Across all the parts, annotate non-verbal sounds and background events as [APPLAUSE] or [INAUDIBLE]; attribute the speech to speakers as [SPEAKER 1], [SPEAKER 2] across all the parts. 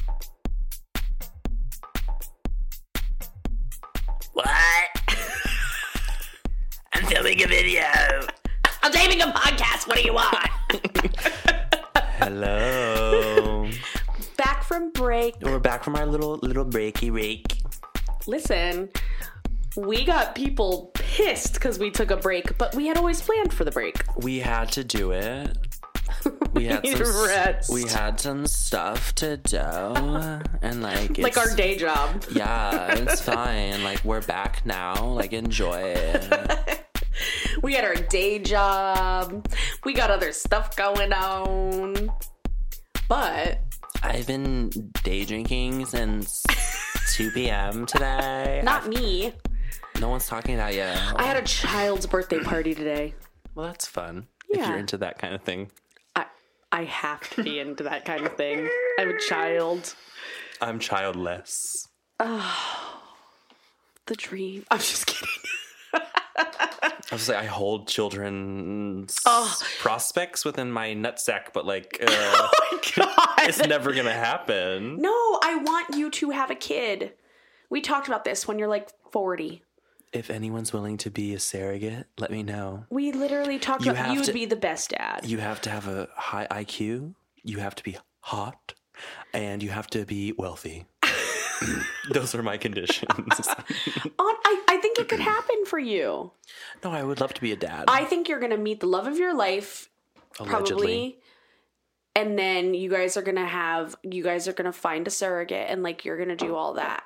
[SPEAKER 1] [LAUGHS] filming a video. I'm taping a podcast. What do you want?
[SPEAKER 2] Hello.
[SPEAKER 1] [LAUGHS] Back from break.
[SPEAKER 2] We're back from our little little breaky break.
[SPEAKER 1] Listen, we got people pissed because we took a break, but we had always planned for the break.
[SPEAKER 2] We had to
[SPEAKER 1] [LAUGHS]
[SPEAKER 2] do it. We had
[SPEAKER 1] Need
[SPEAKER 2] some s-
[SPEAKER 1] rest.
[SPEAKER 2] we had some stuff to do and like it's,
[SPEAKER 1] Like our day job.
[SPEAKER 2] Yeah,
[SPEAKER 1] [LAUGHS]
[SPEAKER 2] it's fine. Like we're back now. Like enjoy it.
[SPEAKER 1] We had our day job. We got other stuff going on. But
[SPEAKER 2] I've been day drinking since 2
[SPEAKER 1] [LAUGHS]
[SPEAKER 2] p.m. today.
[SPEAKER 1] not me.
[SPEAKER 2] no one's talking about you.
[SPEAKER 1] I had a child's birthday party today.
[SPEAKER 2] Well, that's fun. If
[SPEAKER 1] Yeah.
[SPEAKER 2] you're into that kind of thing.
[SPEAKER 1] I I have to be into that kind of thing. I have a child.
[SPEAKER 2] I'm childless.
[SPEAKER 1] The dream. [LAUGHS] I'm just kidding.
[SPEAKER 2] I was like, I hold children's
[SPEAKER 1] Oh.
[SPEAKER 2] prospects within my nutsack, but like, uh,
[SPEAKER 1] [LAUGHS] God.
[SPEAKER 2] it's never gonna happen.
[SPEAKER 1] No, I want you to have a kid. We talked about this when you're like 40.
[SPEAKER 2] If anyone's willing to be a surrogate, let me know.
[SPEAKER 1] We literally talked
[SPEAKER 2] You
[SPEAKER 1] about
[SPEAKER 2] have
[SPEAKER 1] you would
[SPEAKER 2] to-
[SPEAKER 1] be the best dad.
[SPEAKER 2] You have to have a high IQ, you have to be hot, and you have to be
[SPEAKER 1] [LAUGHS]
[SPEAKER 2] wealthy. Those are my conditions.
[SPEAKER 1] On, I, I think it
[SPEAKER 2] [CLEARS THROAT]
[SPEAKER 1] could happen for you.
[SPEAKER 2] no, I would love to be a dad.
[SPEAKER 1] I think you're going to meet the love of your life,
[SPEAKER 2] allegedly.
[SPEAKER 1] probably. And then you guys are going to have, you guys are going to find a surrogate and like you're going to do all that.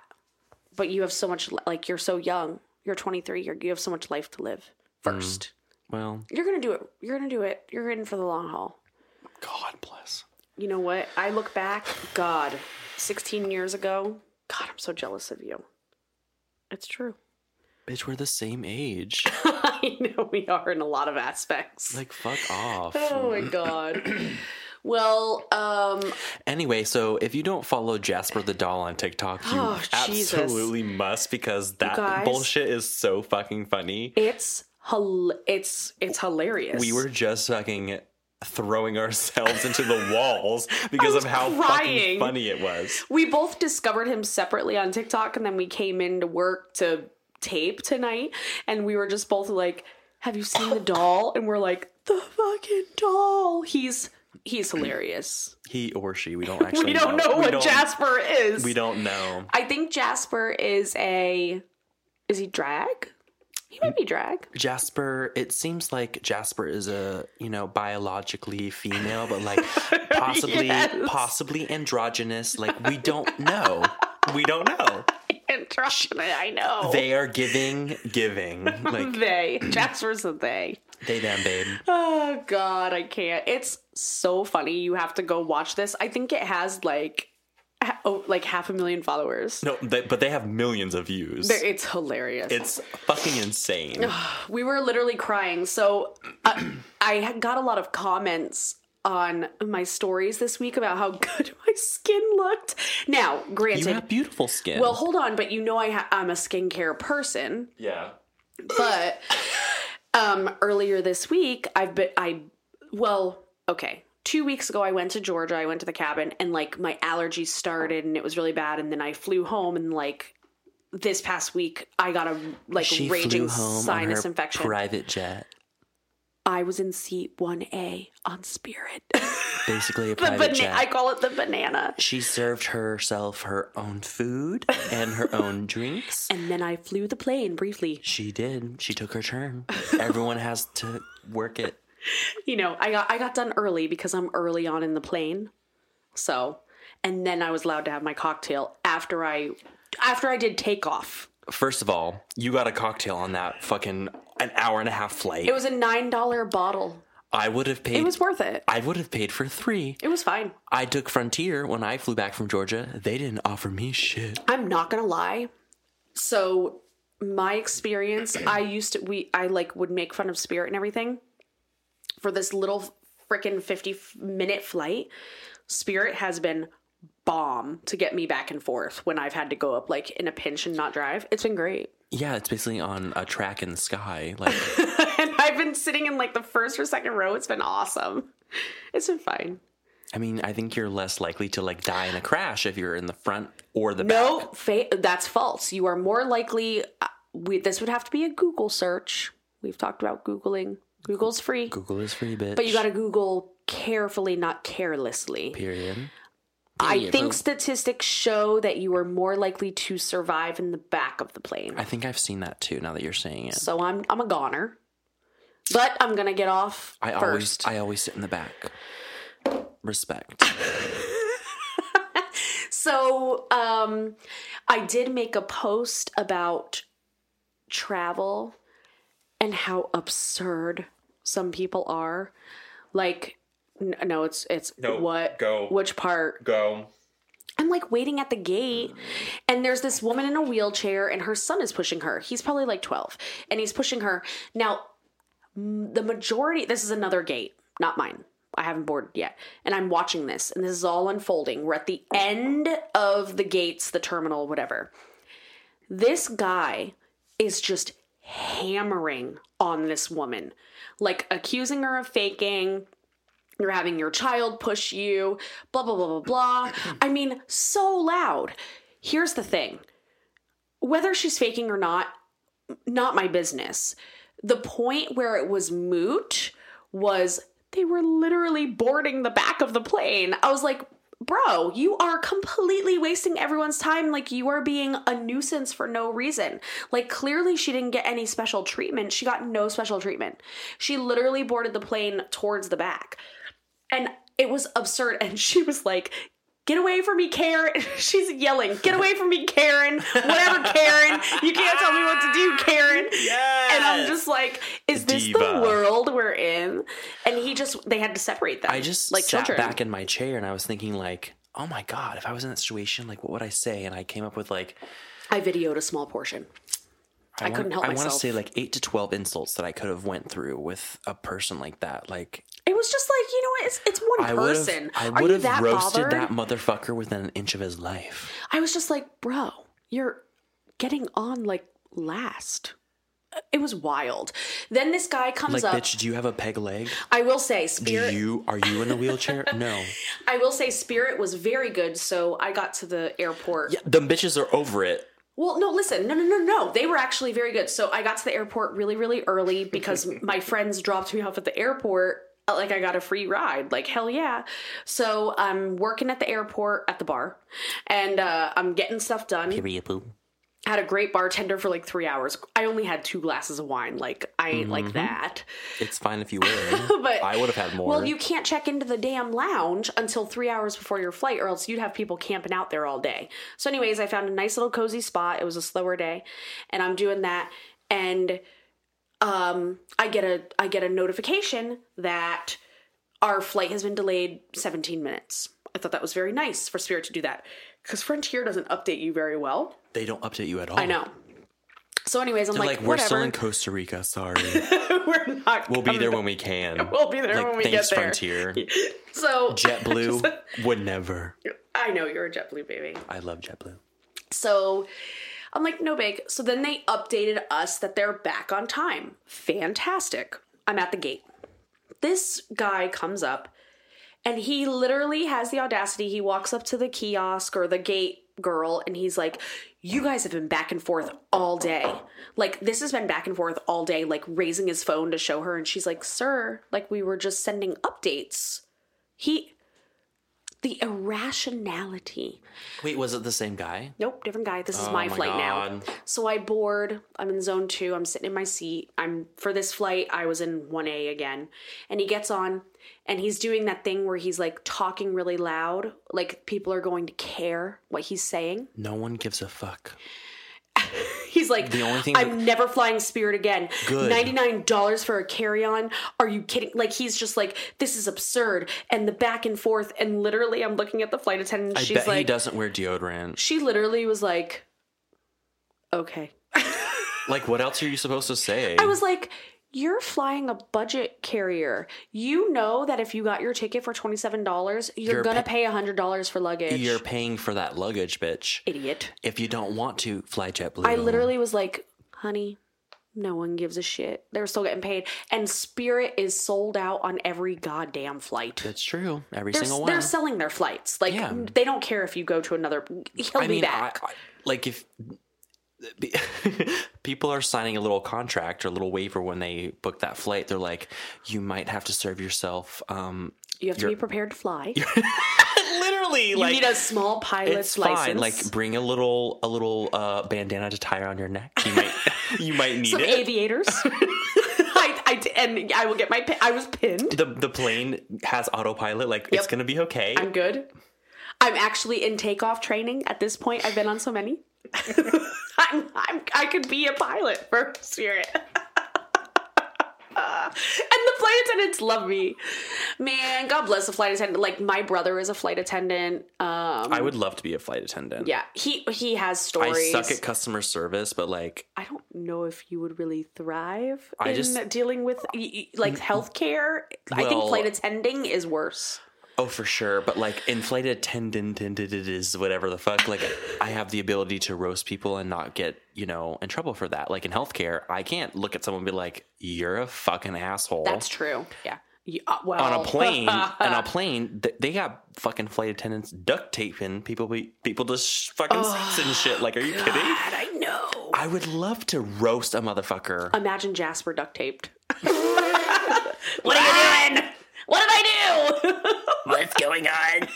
[SPEAKER 1] But you have so much, li- like you're so young. You're 23. You're, you have so much life to live
[SPEAKER 2] Mm.
[SPEAKER 1] first.
[SPEAKER 2] Well,
[SPEAKER 1] You're going to do it. You're going to do it. You're in for the long haul.
[SPEAKER 2] God bless.
[SPEAKER 1] You know what? I look back, God, 16 years ago. God, I'm so jealous of you. It's true. [LAUGHS]
[SPEAKER 2] Bitch, we're the same age.
[SPEAKER 1] I know we are in a lot of aspects.
[SPEAKER 2] like, fuck off.
[SPEAKER 1] oh
[SPEAKER 2] [CLEARS THROAT]
[SPEAKER 1] my God. Well, um,
[SPEAKER 2] Anyway, so if you don't follow Jasper the doll on TikTok, you
[SPEAKER 1] Oh, Jesus.
[SPEAKER 2] absolutely must because that
[SPEAKER 1] guys.
[SPEAKER 2] bullshit is so fucking funny.
[SPEAKER 1] it's hel- it's it's hilarious.
[SPEAKER 2] We were just fucking throwing ourselves
[SPEAKER 1] [LAUGHS]
[SPEAKER 2] into the walls because
[SPEAKER 1] was
[SPEAKER 2] of how
[SPEAKER 1] crying.
[SPEAKER 2] fucking funny it was.
[SPEAKER 1] we both discovered him separately on TikTok, and then we came into work to tape tonight, and we were just both like, "Have you seen the doll?" And we're like, "The fucking doll." He's he's hilarious.
[SPEAKER 2] He or she, we don't actually
[SPEAKER 1] we don't know,
[SPEAKER 2] know.
[SPEAKER 1] what
[SPEAKER 2] don't-
[SPEAKER 1] Jasper is.
[SPEAKER 2] We don't know.
[SPEAKER 1] I think Jasper is a. Is he drag? He might be drag.
[SPEAKER 2] Jasper, it seems like Jasper is a, you know, biologically female,
[SPEAKER 1] [LAUGHS]
[SPEAKER 2] but like possibly
[SPEAKER 1] Yes.
[SPEAKER 2] possibly androgynous. Like we don't know. We don't know.
[SPEAKER 1] Androgynous, I know.
[SPEAKER 2] They are giving, giving.
[SPEAKER 1] [LAUGHS]
[SPEAKER 2] Like
[SPEAKER 1] They. Jasper's a they.
[SPEAKER 2] they them, babe.
[SPEAKER 1] Oh, God, I can't. It's so funny. You have to go watch this. I think it has like. ha- Oh, like half a million followers.
[SPEAKER 2] No, they, but they have millions of views.
[SPEAKER 1] It's hilarious.
[SPEAKER 2] It's fucking insane.
[SPEAKER 1] we were literally crying. So uh, I had got a lot of comments on my stories this week about how [LAUGHS] good my skin looked. Now,
[SPEAKER 2] you
[SPEAKER 1] granted,
[SPEAKER 2] have beautiful skin.
[SPEAKER 1] well, hold on, but you know I ha- I'm a skincare person,
[SPEAKER 2] yeah.
[SPEAKER 1] but [LAUGHS] um earlier this week I've been I well, okay. 2 weeks ago I went to Georgia, I went to the cabin and like my allergies started and it was really bad and then I flew home and like this past week I got a like
[SPEAKER 2] She
[SPEAKER 1] raging
[SPEAKER 2] flew home
[SPEAKER 1] sinus
[SPEAKER 2] on her
[SPEAKER 1] infection.
[SPEAKER 2] private jet.
[SPEAKER 1] I was in seat 1A on Spirit. [LAUGHS] the [LAUGHS]
[SPEAKER 2] Basically a private
[SPEAKER 1] bana-
[SPEAKER 2] jet.
[SPEAKER 1] I call it the banana.
[SPEAKER 2] she served herself her own food and
[SPEAKER 1] [LAUGHS]
[SPEAKER 2] her own drinks.
[SPEAKER 1] And then I flew the plane briefly.
[SPEAKER 2] She did. She took
[SPEAKER 1] [LAUGHS]
[SPEAKER 2] her turn. Everyone has to work it.
[SPEAKER 1] You know, I got I got done early because I'm early on in the plane. So, and then I was allowed to have my cocktail after I after I did takeoff.
[SPEAKER 2] First of all, you got a cocktail on that fucking an hour and a half flight.
[SPEAKER 1] It was a $9 bottle.
[SPEAKER 2] I would have paid.
[SPEAKER 1] It was worth it.
[SPEAKER 2] I would have paid for three.
[SPEAKER 1] It was fine.
[SPEAKER 2] I took Frontier when I flew back from Georgia. They didn't offer me shit.
[SPEAKER 1] I'm not gonna lie. So my experience, I used to we I like would make fun of Spirit and everything for this little freaking 50 f- minute flight. Spirit has been bomb to get me back and forth when I've had to go up like in a pinch and not drive. It's been great.
[SPEAKER 2] Yeah, it's basically on a track in the sky. Like
[SPEAKER 1] [LAUGHS] and I've been sitting in like the first or second row. It's been awesome. It's been fine.
[SPEAKER 2] I mean, I think you're less likely to like die in a crash if you're in the front or the back.
[SPEAKER 1] No, fa- that's false. You are more likely. uh, we, this would have to be a Google search. We've talked about Googling. Google's free,
[SPEAKER 2] Google is free, bitch.
[SPEAKER 1] but you got to Google carefully, not carelessly.
[SPEAKER 2] period.
[SPEAKER 1] I
[SPEAKER 2] Period.
[SPEAKER 1] think statistics show that you are more likely to survive in the back of the plane.
[SPEAKER 2] I think I've seen that too. Now that you're saying it,
[SPEAKER 1] So I'm I'm a goner. But I'm gonna get off
[SPEAKER 2] I always
[SPEAKER 1] first.
[SPEAKER 2] I always sit in the back. Respect.
[SPEAKER 1] so um I did make a post about travel and how absurd some people are. Like n- no, it's it's
[SPEAKER 2] No,
[SPEAKER 1] what
[SPEAKER 2] go.
[SPEAKER 1] which part
[SPEAKER 2] Go.
[SPEAKER 1] I'm like waiting at the gate, and there's this woman in a wheelchair, and her son is pushing her. He's probably like 12, and he's pushing her. Now, m- the majority, this is another gate, not mine. I haven't boarded yet. And I'm watching this, and this is all unfolding. We're at the end of the gates, the terminal, whatever. This guy is just hammering on this woman, like accusing her of faking, you're having your child push you, blah, blah, blah, blah, blah. I mean, so loud. Here's the thing whether she's faking or not, not my business. The point where it was moot was they were literally boarding the back of the plane. I was like, bro, you are completely wasting everyone's time. Like, you are being a nuisance for no reason. Like, clearly, she didn't get any special treatment. She got no special treatment. She literally boarded the plane towards the back. And it was absurd. [LAUGHS] And she was like, Get away from me, Karen. [LAUGHS] She's yelling, Get away from me, Karen. Whatever, Karen. You can't tell me what to do, Karen.
[SPEAKER 2] Yeah.
[SPEAKER 1] And I'm just like, is this the
[SPEAKER 2] Diva.
[SPEAKER 1] world we're in? And he just, they had to separate them.
[SPEAKER 2] I just
[SPEAKER 1] like
[SPEAKER 2] sat
[SPEAKER 1] children.
[SPEAKER 2] back in my chair and I was thinking like, oh my god, if I was in that situation, like what would I say? And I came up with like
[SPEAKER 1] I videoed a small portion. I
[SPEAKER 2] wanna-
[SPEAKER 1] couldn't help
[SPEAKER 2] I want to
[SPEAKER 1] myself.
[SPEAKER 2] say like eight to twelve insults that I could have went through with a person like that. Like
[SPEAKER 1] It was just like, you know what? It's, it's one
[SPEAKER 2] I would have
[SPEAKER 1] person.
[SPEAKER 2] I
[SPEAKER 1] Are
[SPEAKER 2] would
[SPEAKER 1] you
[SPEAKER 2] have
[SPEAKER 1] that
[SPEAKER 2] roasted
[SPEAKER 1] bothered?
[SPEAKER 2] that motherfucker within an inch of his life.
[SPEAKER 1] I was just like, bro, you're getting on like last. It was wild. Then this guy comes
[SPEAKER 2] Like,
[SPEAKER 1] up.
[SPEAKER 2] bitch, do you have a peg leg?
[SPEAKER 1] I will say,
[SPEAKER 2] Do
[SPEAKER 1] Spirit.
[SPEAKER 2] you are you in
[SPEAKER 1] [LAUGHS]
[SPEAKER 2] a wheelchair? no.
[SPEAKER 1] I will say, Spirit was very good. So I got to the airport.
[SPEAKER 2] Yeah, them bitches are over it.
[SPEAKER 1] Well, no, listen, no, no, no, no. They were actually very good. So I got to the airport really, really early because my friends dropped me off at the airport. uh, Like I got a free ride. Like hell yeah. So I'm working at the airport at the bar, and uh, I'm getting stuff done.
[SPEAKER 2] Period. Boo.
[SPEAKER 1] Had a great bartender for like three hours. I only had two glasses of wine. Like I ain't like that.
[SPEAKER 2] It's fine if you
[SPEAKER 1] [LAUGHS]
[SPEAKER 2] would.
[SPEAKER 1] But
[SPEAKER 2] I would have had more.
[SPEAKER 1] well, you can't check into the damn lounge until three hours before your flight, or else you'd have people camping out there all day. So, anyways, I found a nice little cozy spot. It was a slower day, and I'm doing that, and um, I get a I get a notification that our flight has been delayed 17 minutes. I thought that was very nice for Spirit to do that because Frontier doesn't update you very well.
[SPEAKER 2] they don't update you at all.
[SPEAKER 1] I know. So, anyways, I'm
[SPEAKER 2] They're
[SPEAKER 1] like,
[SPEAKER 2] like, we're still
[SPEAKER 1] whatever.
[SPEAKER 2] in Costa Rica. Sorry,
[SPEAKER 1] [LAUGHS] we're not.
[SPEAKER 2] we'll be there when we can.
[SPEAKER 1] [LAUGHS] We'll be there
[SPEAKER 2] like,
[SPEAKER 1] when we
[SPEAKER 2] thanks,
[SPEAKER 1] get there. [LAUGHS]
[SPEAKER 2] Frontier.
[SPEAKER 1] So
[SPEAKER 2] JetBlue would never.
[SPEAKER 1] I know you're a JetBlue baby.
[SPEAKER 2] I love JetBlue.
[SPEAKER 1] So I'm like, no big. So then they updated us that they're back on time. Fantastic. I'm at the gate. This guy comes up and he literally has the audacity. He walks up to the kiosk or the gate girl and he's like, You guys have been back and forth all day. Like, this has been back and forth all day, like raising his phone to show her. And she's like, Sir, like, we were just sending updates. He, the irrationality.
[SPEAKER 2] Wait, was it the same guy?
[SPEAKER 1] Nope, different guy. This is my, flight now.
[SPEAKER 2] Oh God.
[SPEAKER 1] So I board. I'm in zone two. I'm sitting in my seat. I'm for this flight. I was in one A again, and he gets on, and he's doing that thing where he's like talking really loud, like people are going to care what he's saying. [LAUGHS]
[SPEAKER 2] No one gives a fuck.
[SPEAKER 1] He's like,
[SPEAKER 2] The only thing
[SPEAKER 1] I'm never flying Spirit again.
[SPEAKER 2] Good.
[SPEAKER 1] Ninety nine dollars for a carry on? Are you kidding? Like he's just like, this is absurd, and the back and forth, and literally, I'm looking at the flight attendant.
[SPEAKER 2] I
[SPEAKER 1] she's
[SPEAKER 2] bet
[SPEAKER 1] like,
[SPEAKER 2] he doesn't wear deodorant.
[SPEAKER 1] she literally was like, okay.
[SPEAKER 2] Like, what else are you supposed to say?
[SPEAKER 1] I was like, you're flying a budget carrier. You know that if you got your ticket for $27, you're,
[SPEAKER 2] You're
[SPEAKER 1] going to
[SPEAKER 2] pa-
[SPEAKER 1] pay $100 for luggage.
[SPEAKER 2] You're paying for that luggage, bitch.
[SPEAKER 1] Idiot.
[SPEAKER 2] If you don't want to fly JetBlue,
[SPEAKER 1] I literally was like, honey, no one gives a shit. They're still getting paid. And Spirit is sold out on every goddamn flight.
[SPEAKER 2] It's true. Every
[SPEAKER 1] They're,
[SPEAKER 2] single one.
[SPEAKER 1] they're selling their flights. Like,
[SPEAKER 2] Yeah.
[SPEAKER 1] they don't care if you go to another. He'll
[SPEAKER 2] I
[SPEAKER 1] be
[SPEAKER 2] mean, I,
[SPEAKER 1] back.
[SPEAKER 2] I- like if [LAUGHS] be- people are signing a little contract or a little waiver when they book that flight. They're like, you might have to serve yourself. Um,
[SPEAKER 1] You have to
[SPEAKER 2] You're-
[SPEAKER 1] be prepared to fly.
[SPEAKER 2] literally,
[SPEAKER 1] you
[SPEAKER 2] like
[SPEAKER 1] need a small pilot's
[SPEAKER 2] it's
[SPEAKER 1] license.
[SPEAKER 2] fine. Like bring a little a little uh, bandana to tie around your neck. You might [LAUGHS] you might need
[SPEAKER 1] some
[SPEAKER 2] it.
[SPEAKER 1] aviators. [LAUGHS] I, I d- and I will get my. Pin, I was pinned.
[SPEAKER 2] the the plane has autopilot. Like it's gonna be okay.
[SPEAKER 1] I'm good. I'm actually in takeoff training at this point. I've been on so many. [LAUGHS] I'm, I'm, I could be a pilot for Spirit. [LAUGHS] and the flight attendants love me. Man, God bless the flight attendant. Like my brother is a flight attendant. Um,
[SPEAKER 2] I would love to be a flight attendant.
[SPEAKER 1] yeah, he he has
[SPEAKER 2] I
[SPEAKER 1] stories.
[SPEAKER 2] suck at customer service, but like
[SPEAKER 1] I don't know if you would really thrive
[SPEAKER 2] I
[SPEAKER 1] in
[SPEAKER 2] just-
[SPEAKER 1] dealing with y- y- like healthcare. I think
[SPEAKER 2] Well-
[SPEAKER 1] flight attending is worse.
[SPEAKER 2] oh for sure, but like in flight attendant and it is whatever the fuck. Like I have the ability to roast people and not get you know in trouble for that. Like in healthcare, I can't look at someone and be like, "You're a fucking asshole."
[SPEAKER 1] That's true. Yeah. yeah well, uh,
[SPEAKER 2] on
[SPEAKER 1] [LAUGHS]
[SPEAKER 2] a plane, on a plane, th- they got fucking flight attendants duct taping people. Be- people just sh- fucking seats and shit. Like, are you kidding?
[SPEAKER 1] God, I know.
[SPEAKER 2] I would love to roast a motherfucker.
[SPEAKER 1] Imagine Jasper duct taped. what are you doing? What did I do? [LAUGHS]
[SPEAKER 3] What's going on?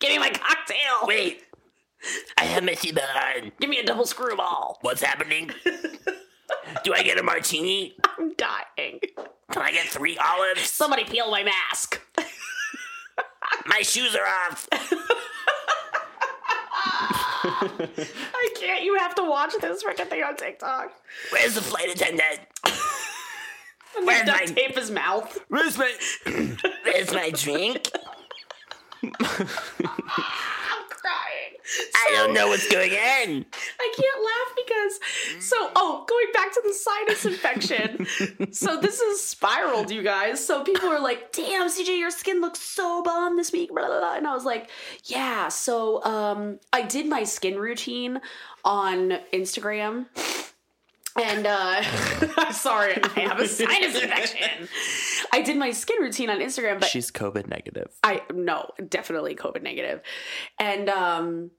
[SPEAKER 1] Give me my cocktail.
[SPEAKER 3] Wait, I have my seatbelt on.
[SPEAKER 1] Give me a double screwball.
[SPEAKER 3] What's happening? Do I get a martini?
[SPEAKER 1] [LAUGHS] I'm dying.
[SPEAKER 3] Can I get three olives?
[SPEAKER 1] Somebody peel my mask.
[SPEAKER 3] My shoes are off.
[SPEAKER 1] I can't. You have to watch this freaking thing on TikTok.
[SPEAKER 3] Where's the flight attendant?
[SPEAKER 1] And
[SPEAKER 3] Where's
[SPEAKER 1] they duct
[SPEAKER 3] my-
[SPEAKER 1] tape his mouth.
[SPEAKER 2] Where's my?
[SPEAKER 3] Where's my drink?
[SPEAKER 1] I'm crying.
[SPEAKER 3] I don't know what's going on.
[SPEAKER 1] I can't laugh because so oh, going back to the sinus infection. so this is spiraled, you guys. So people are like, "Damn, CJ, your skin looks so bomb this week." Blah, blah, blah. And I was like, "Yeah." So um, I did my skin routine on Instagram. And uh [LAUGHS] I'm sorry, I have a sinus infection. I did my skin routine on Instagram, but
[SPEAKER 2] She's COVID negative.
[SPEAKER 1] I no, definitely COVID negative. And um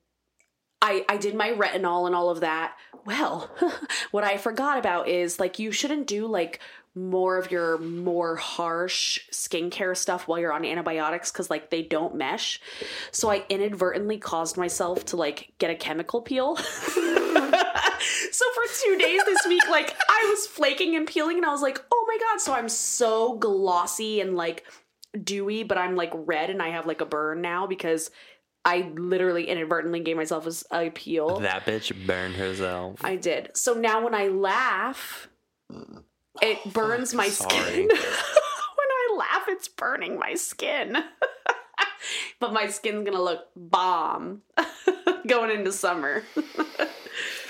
[SPEAKER 1] I I did my retinol and all of that. Well, [LAUGHS] what I forgot about is like you shouldn't do like more of your more harsh skincare stuff while you're on antibiotics cuz like they don't mesh. So I inadvertently caused myself to like get a chemical peel. [LAUGHS] so for 2 days this week like I was flaking and peeling and I was like, "Oh my god, so I'm so glossy and like dewy, but I'm like red and I have like a burn now because I literally inadvertently gave myself a s- a peel.
[SPEAKER 2] That bitch burned herself.
[SPEAKER 1] I did. So now when I laugh, it burns my skin.
[SPEAKER 2] Oh,
[SPEAKER 1] [LAUGHS]
[SPEAKER 2] sorry.
[SPEAKER 1] when I laugh, it's burning my skin. [LAUGHS] but my skin's gonna look bomb [LAUGHS] going into summer.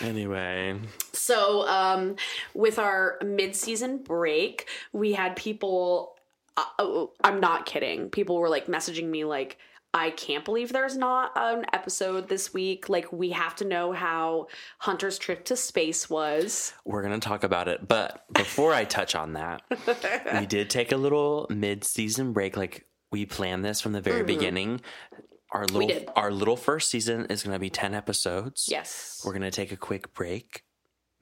[SPEAKER 2] Anyway,
[SPEAKER 1] So, um, with our mid-season break, we had people. Uh, oh, I'm not kidding. People were like messaging me like, "I can't believe there's not an episode this week. Like, we have to know how Hunter's trip to space was."
[SPEAKER 2] we're gonna talk about it, but before I touch on that, [LAUGHS] we did take a little mid-season break. Like we planned this from the very beginning. Our
[SPEAKER 1] did.
[SPEAKER 2] little our little first season is gonna be ten episodes.
[SPEAKER 1] [LAUGHS] Yes,
[SPEAKER 2] We're going to take a quick break,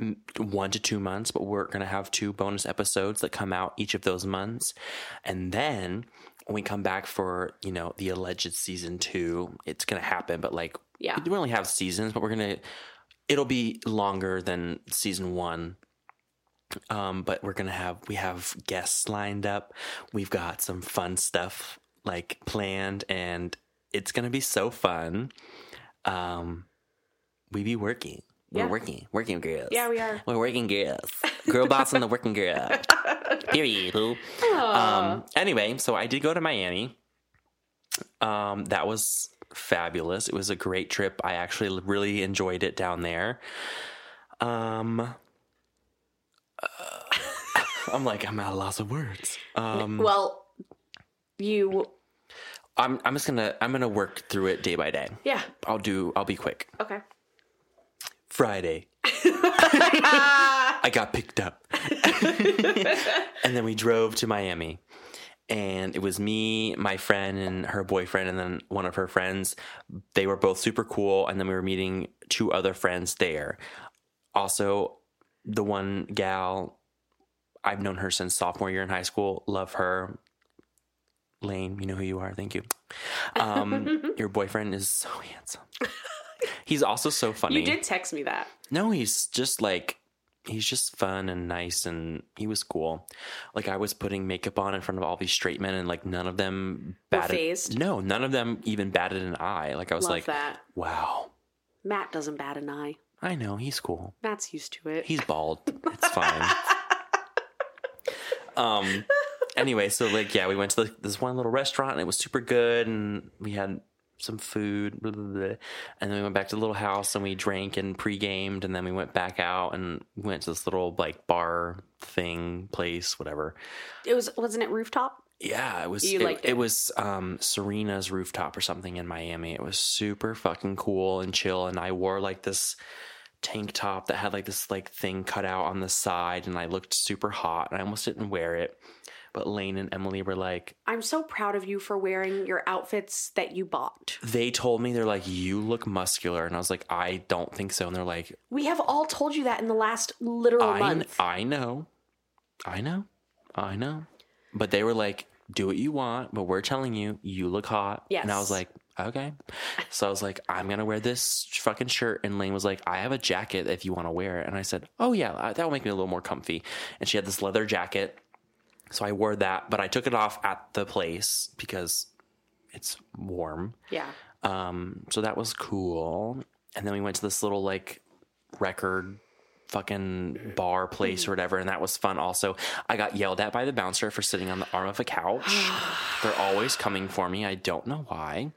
[SPEAKER 2] m- one to two months, but we're going to have two bonus episodes that come out each of those months. And then when we come back for, you know, the alleged season two, it's going to happen, but like,
[SPEAKER 1] yeah,
[SPEAKER 2] we only have seasons, but we're going to, it'll be longer than season one. Um, but we're gonna have we have guests lined up. We've got some fun stuff like planned, and it's gonna be so fun. Um, we be working. We're
[SPEAKER 1] Yeah.
[SPEAKER 2] working, working girls.
[SPEAKER 1] yeah, we are.
[SPEAKER 2] We're working
[SPEAKER 1] [LAUGHS]
[SPEAKER 2] girls. Girl boss and the working girl.
[SPEAKER 1] [LAUGHS]
[SPEAKER 2] Period. boo. Um, anyway, so I did go to Miami. Um, that was fabulous. It was a great trip. I actually really enjoyed it down there. Um, uh, [LAUGHS] I'm like, I'm at a loss of words. Um,
[SPEAKER 1] well, you,
[SPEAKER 2] I'm, I'm just gonna, I'm gonna work through it day by day.
[SPEAKER 1] yeah,
[SPEAKER 2] I'll do, I'll be quick.
[SPEAKER 1] okay.
[SPEAKER 2] Friday. I got picked up. and then we drove to Miami. And it was me, my friend, and her boyfriend, and then one of her friends. They were both super cool. And then we were meeting two other friends there. Also, the one gal I've known her since sophomore year in high school. Love her. Lane, you know who you are. Thank you. Um, your boyfriend is so handsome. He's also so funny.
[SPEAKER 1] You did text me that.
[SPEAKER 2] No, he's just like he's just fun and nice and he was cool. Like I was putting makeup on in front of all these straight men and like none of them
[SPEAKER 1] Were
[SPEAKER 2] batted
[SPEAKER 1] fazed?
[SPEAKER 2] No, none of them even batted an eye. Like I was
[SPEAKER 1] Love
[SPEAKER 2] like,
[SPEAKER 1] that.
[SPEAKER 2] wow.
[SPEAKER 1] Matt doesn't bat an eye.
[SPEAKER 2] I know he's cool.
[SPEAKER 1] Matt's used to it.
[SPEAKER 2] He's bald. It's fine. um. Anyway, so like, yeah, we went to the, this one little restaurant and it was super good, and we had some food, blah, blah, blah. and then we went back to the little house and we drank and pre-gamed, and then we went back out and went to this little like bar thing place, whatever.
[SPEAKER 1] it was wasn't it rooftop?
[SPEAKER 2] Yeah, it was.
[SPEAKER 1] You
[SPEAKER 2] it,
[SPEAKER 1] liked it.
[SPEAKER 2] it was um, Serena's rooftop or something in Miami. It was super fucking cool and chill. And I wore like this tank top that had like this like thing cut out on the side, and I looked super hot. And I almost didn't wear it, but Lane and Emily were like,
[SPEAKER 1] I'm so proud of you for wearing your outfits that you bought.
[SPEAKER 2] they told me they're like, you look muscular, and I was like, I don't think so. And they're like,
[SPEAKER 1] We have all told you that in the last literal
[SPEAKER 2] I kn-
[SPEAKER 1] month.
[SPEAKER 2] I know, I know, I know. But they were like, do what you want, but we're telling you, you look hot. And I was
[SPEAKER 1] Yes.
[SPEAKER 2] like, okay. So I was like, I'm gonna wear this fucking shirt. And Lane was like, I have a jacket if you want to wear it. And I said, Oh yeah, uh, that will make me a little more comfy. And she had this leather jacket. So I wore that, but I took it off at the place because it's warm.
[SPEAKER 1] yeah.
[SPEAKER 2] Um, so that was cool. And then we went to this little like record fucking bar place or whatever, and that was fun also. I got yelled at by the bouncer for sitting on the arm of a couch. They're always coming for me. I don't know why.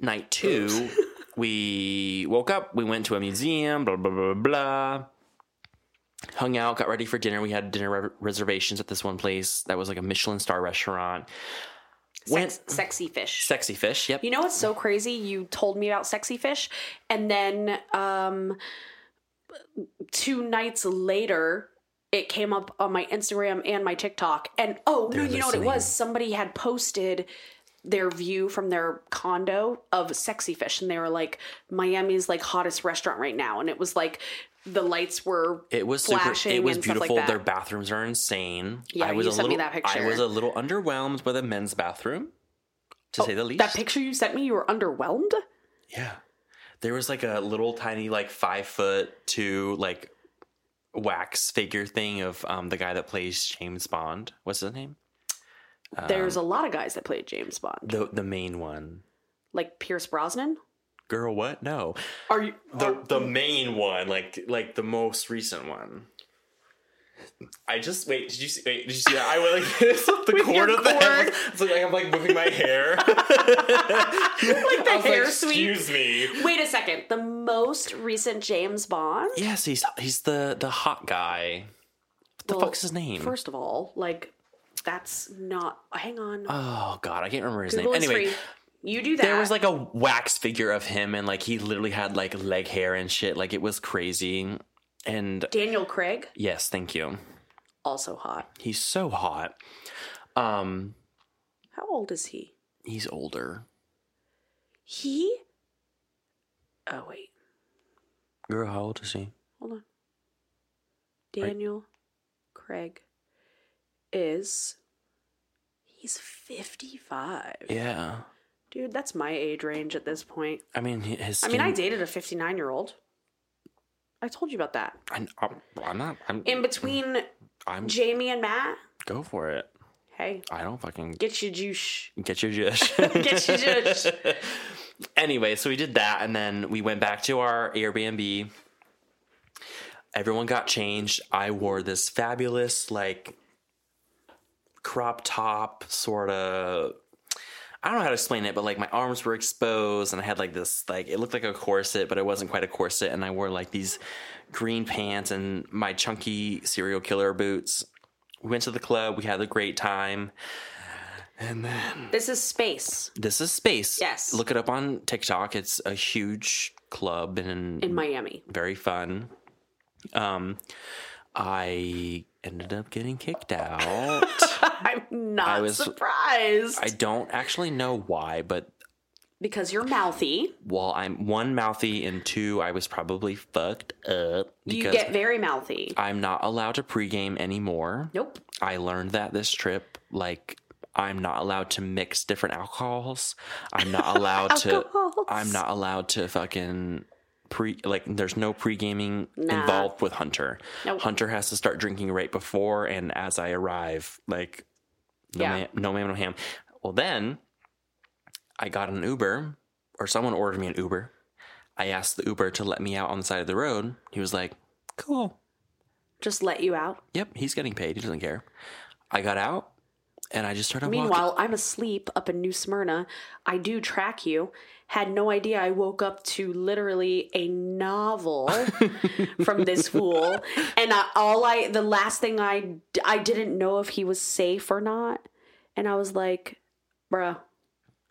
[SPEAKER 2] Night two, we woke up, we went to a museum, blah, blah, blah, blah. Hung out, got ready for dinner. We had dinner re- reservations at this one place that was like a Michelin star restaurant. Went-
[SPEAKER 1] Sex, [LAUGHS] sexy fish.
[SPEAKER 2] Sexy Fish, yep.
[SPEAKER 1] You know what's so crazy? You told me about sexy fish, and then um, two nights later, it came up on my Instagram and my TikTok. And oh no, you know what it was? Somebody had posted their view from their condo of sexy fish, and they were like, "Miami's like hottest restaurant right now," and it was like the lights were
[SPEAKER 2] It was super.
[SPEAKER 1] flashing
[SPEAKER 2] It was
[SPEAKER 1] and stuff like
[SPEAKER 2] beautiful.
[SPEAKER 1] that.
[SPEAKER 2] Their bathrooms are insane.
[SPEAKER 1] Yeah,
[SPEAKER 2] I was
[SPEAKER 1] you
[SPEAKER 2] a
[SPEAKER 1] sent me
[SPEAKER 2] little,
[SPEAKER 1] that picture. Oh,
[SPEAKER 2] I was a little underwhelmed by the men's bathroom, to say the least.
[SPEAKER 1] that picture you sent me. You were underwhelmed.
[SPEAKER 2] yeah, there was like a little tiny, like five foot two, like wax figure thing of um, the guy that plays James Bond. What's his name? Um,
[SPEAKER 1] There's a lot of guys that played James Bond,
[SPEAKER 2] The the main one.
[SPEAKER 1] like Pierce Brosnan.
[SPEAKER 2] Girl, what? No,
[SPEAKER 1] Are you?
[SPEAKER 2] the the main one, like like the most recent one. I just wait. Did you see? Wait, did you see that? I went like [LAUGHS] this with the
[SPEAKER 1] With
[SPEAKER 2] cord
[SPEAKER 1] your
[SPEAKER 2] of the
[SPEAKER 1] cord.
[SPEAKER 2] cord. It's like I'm like moving
[SPEAKER 1] [LAUGHS]
[SPEAKER 2] my hair. like
[SPEAKER 1] the hair sweep.
[SPEAKER 2] Excuse me.
[SPEAKER 1] Wait a second. The most recent James Bond.
[SPEAKER 2] Yes, he's he's the the hot guy. What the
[SPEAKER 1] Well,
[SPEAKER 2] fuck's his name?
[SPEAKER 1] First of all, like that's not. Hang on.
[SPEAKER 2] oh god, I can't remember his
[SPEAKER 1] Google
[SPEAKER 2] name.
[SPEAKER 1] is
[SPEAKER 2] Anyway,
[SPEAKER 1] free. you do that.
[SPEAKER 2] there was like a wax figure of him, and like he literally had like leg hair and shit. Like it was crazy. And
[SPEAKER 1] Daniel Craig,
[SPEAKER 2] yes, thank you.
[SPEAKER 1] also hot.
[SPEAKER 2] He's so hot. Um,
[SPEAKER 1] How old is he?
[SPEAKER 2] he's older.
[SPEAKER 1] He. Oh wait,
[SPEAKER 2] Girl, how old is he?
[SPEAKER 1] hold on. Daniel Craig is. He's fifty-five.
[SPEAKER 2] Yeah.
[SPEAKER 1] Dude, that's my age range at this point.
[SPEAKER 2] I mean, he- his
[SPEAKER 1] I mean, I
[SPEAKER 2] skin-
[SPEAKER 1] dated a fifty-nine-year-old. I told you about that.
[SPEAKER 2] I'm, I'm- I'm not. I'm.
[SPEAKER 1] In between
[SPEAKER 2] I'm.
[SPEAKER 1] Jamie and Matt.
[SPEAKER 2] Go for it.
[SPEAKER 1] Hey,
[SPEAKER 2] I don't fucking
[SPEAKER 1] get your juice.
[SPEAKER 2] get your jush. [LAUGHS]
[SPEAKER 1] Get your juice.
[SPEAKER 2] anyway, so we did that, and then we went back to our Airbnb. Everyone got changed. I wore this fabulous, like, crop top, sort of. I don't know how to explain it, but like my arms were exposed, and I had like this, like, it looked like a corset, but it wasn't quite a corset. And I wore like these green pants and my chunky serial killer boots. We went to the club, we had a great time. And then
[SPEAKER 1] This is space
[SPEAKER 2] this is space.
[SPEAKER 1] Yes.
[SPEAKER 2] Look it up on TikTok. It's a huge club and
[SPEAKER 1] in Miami. [LAUGHS]
[SPEAKER 2] very fun. Um, I ended up getting
[SPEAKER 1] [LAUGHS]
[SPEAKER 2] kicked out.
[SPEAKER 1] I'm not
[SPEAKER 2] was-
[SPEAKER 1] surprised.
[SPEAKER 2] I don't actually know why, but
[SPEAKER 1] because you're mouthy.
[SPEAKER 2] Well, I'm one mouthy and two, I was probably fucked up
[SPEAKER 1] You
[SPEAKER 2] because
[SPEAKER 1] get very mouthy.
[SPEAKER 2] I'm not allowed to pregame anymore.
[SPEAKER 1] Nope.
[SPEAKER 2] I learned that this trip. Like, I'm not allowed to mix different alcohols.
[SPEAKER 1] [LAUGHS]
[SPEAKER 2] I'm not allowed to.
[SPEAKER 1] Alcohols.
[SPEAKER 2] I'm not allowed to fucking pre. Like, there's no pre gaming
[SPEAKER 1] Nah.
[SPEAKER 2] involved with Hunter.
[SPEAKER 1] Nope.
[SPEAKER 2] Hunter has to start drinking right before and as I arrive. Like, no,
[SPEAKER 1] Yeah.
[SPEAKER 2] ma no ma'am, no ham. Well, then I got an Uber, or someone ordered me an Uber. I asked the Uber to let me out on the side of the road. He was like, "Cool."
[SPEAKER 1] Just let you out.
[SPEAKER 2] Yep, he's getting paid. He doesn't care. I got out and I just started walking.
[SPEAKER 1] Meanwhile, I'm asleep up in New Smyrna. I do track you. Had no idea I woke up to literally a
[SPEAKER 2] [LAUGHS]
[SPEAKER 1] novel from this fool. And I, all I, the last thing I, d- I didn't know if he was safe or not. And I was like, bruh,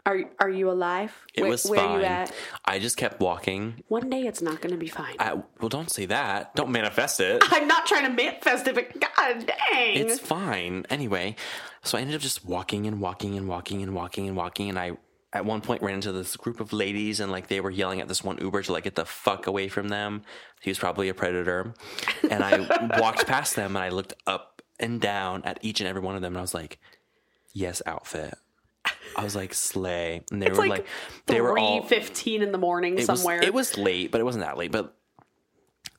[SPEAKER 1] are, are you alive?
[SPEAKER 2] It was
[SPEAKER 1] are
[SPEAKER 2] fine.
[SPEAKER 1] you at?
[SPEAKER 2] I just kept walking.
[SPEAKER 1] One day it's not going to be fine. I,
[SPEAKER 2] I, well, don't say that. Don't manifest it.
[SPEAKER 1] am not trying to manifest it, but god dang.
[SPEAKER 2] It's fine. Anyway, so I ended up just walking and walking and walking and walking and walking. And I, at one point, ran into this group of ladies and like they were yelling at this one Uber to like get the fuck away from them. He was probably a predator. And [LAUGHS] I walked past them and I looked up and down at each and every one of them and I was like, yes, outfit. I was like, slay. And they
[SPEAKER 1] It's
[SPEAKER 2] were
[SPEAKER 1] like
[SPEAKER 2] like, they were all.
[SPEAKER 1] 3.15 in the morning
[SPEAKER 2] it was-
[SPEAKER 1] somewhere.
[SPEAKER 2] it was late, but it wasn't that late. But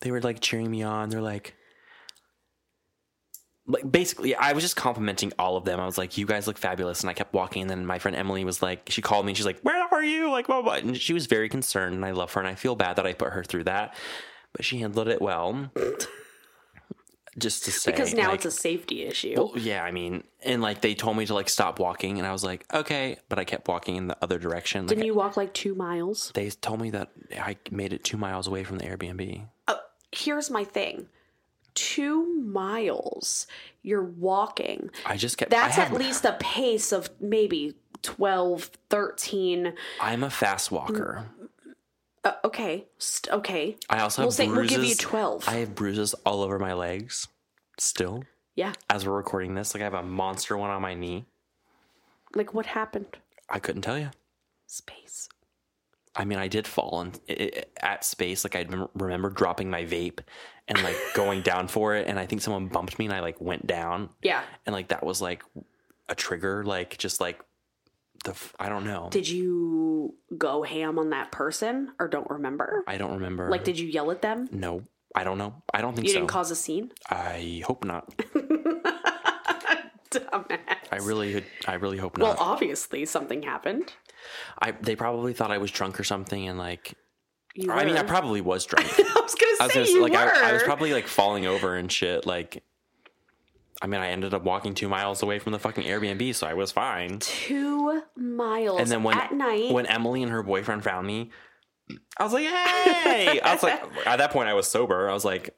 [SPEAKER 2] they were like cheering me on. They're like, like basically, I was just complimenting all of them. I was like, "You guys look fabulous," and I kept walking. And then my friend Emily was like, she called me. and She's like, "Where are you?" Like, blah, blah. And she was very concerned, and I love her, and I feel bad that I put her through that, but she handled it well. [LAUGHS] just to say,
[SPEAKER 1] because now
[SPEAKER 2] like-
[SPEAKER 1] it's a safety issue.
[SPEAKER 2] well, yeah, I mean, and like they told me to like stop walking, and I was like, okay, but I kept walking in the other direction. Like,
[SPEAKER 1] Didn't you walk like two miles?
[SPEAKER 2] they told me that I made it two miles away from the Airbnb.
[SPEAKER 1] Here's my thing. Two miles you're walking.
[SPEAKER 2] I just kept.
[SPEAKER 1] That's
[SPEAKER 2] I have,
[SPEAKER 1] at least a pace of maybe 12, 13.
[SPEAKER 2] I'm a fast walker.
[SPEAKER 1] Uh, okay. St- okay.
[SPEAKER 2] I also have
[SPEAKER 1] We'll say we'll
[SPEAKER 2] bruises.
[SPEAKER 1] give you 12.
[SPEAKER 2] I have bruises all over my legs. Still,
[SPEAKER 1] yeah.
[SPEAKER 2] as we're recording this, like I have a monster one on my knee.
[SPEAKER 1] Like what happened?
[SPEAKER 2] I couldn't tell you.
[SPEAKER 1] Space.
[SPEAKER 2] I mean, I did fall in, i- i at space. Like I rem- remember dropping my vape
[SPEAKER 1] [LAUGHS]
[SPEAKER 2] and like going down for it, and I think someone bumped me, and I like went down,
[SPEAKER 1] Yeah.
[SPEAKER 2] and like that was like a trigger, like just like the f- I don't know.
[SPEAKER 1] Did you go ham on that person or don't remember?
[SPEAKER 2] I don't remember.
[SPEAKER 1] Like did you yell at them?
[SPEAKER 2] no, I don't know. I don't think
[SPEAKER 1] You
[SPEAKER 2] so.
[SPEAKER 1] didn't cause a scene? [LAUGHS]
[SPEAKER 2] I hope not.
[SPEAKER 1] Dumbass.
[SPEAKER 2] I
[SPEAKER 1] [LAUGHS]
[SPEAKER 2] really, I really hope
[SPEAKER 1] Well,
[SPEAKER 2] not.
[SPEAKER 1] obviously something happened.
[SPEAKER 2] I they probably thought I was drunk or something, and like
[SPEAKER 1] You
[SPEAKER 2] I mean, I
[SPEAKER 1] were.
[SPEAKER 2] probably was
[SPEAKER 1] [LAUGHS]
[SPEAKER 2] drunk.
[SPEAKER 1] I was gonna say
[SPEAKER 2] I was gonna,
[SPEAKER 1] you
[SPEAKER 2] like
[SPEAKER 1] were.
[SPEAKER 2] I, I was probably like falling over and shit. Like, I mean, I ended up walking two miles away from the fucking Airbnb, so I was fine.
[SPEAKER 1] two miles.
[SPEAKER 2] And then when
[SPEAKER 1] at night,
[SPEAKER 2] when Emily and her boyfriend found me, I was like, "Hey!" I
[SPEAKER 1] [LAUGHS]
[SPEAKER 2] was like, at that point, I was sober. I was like,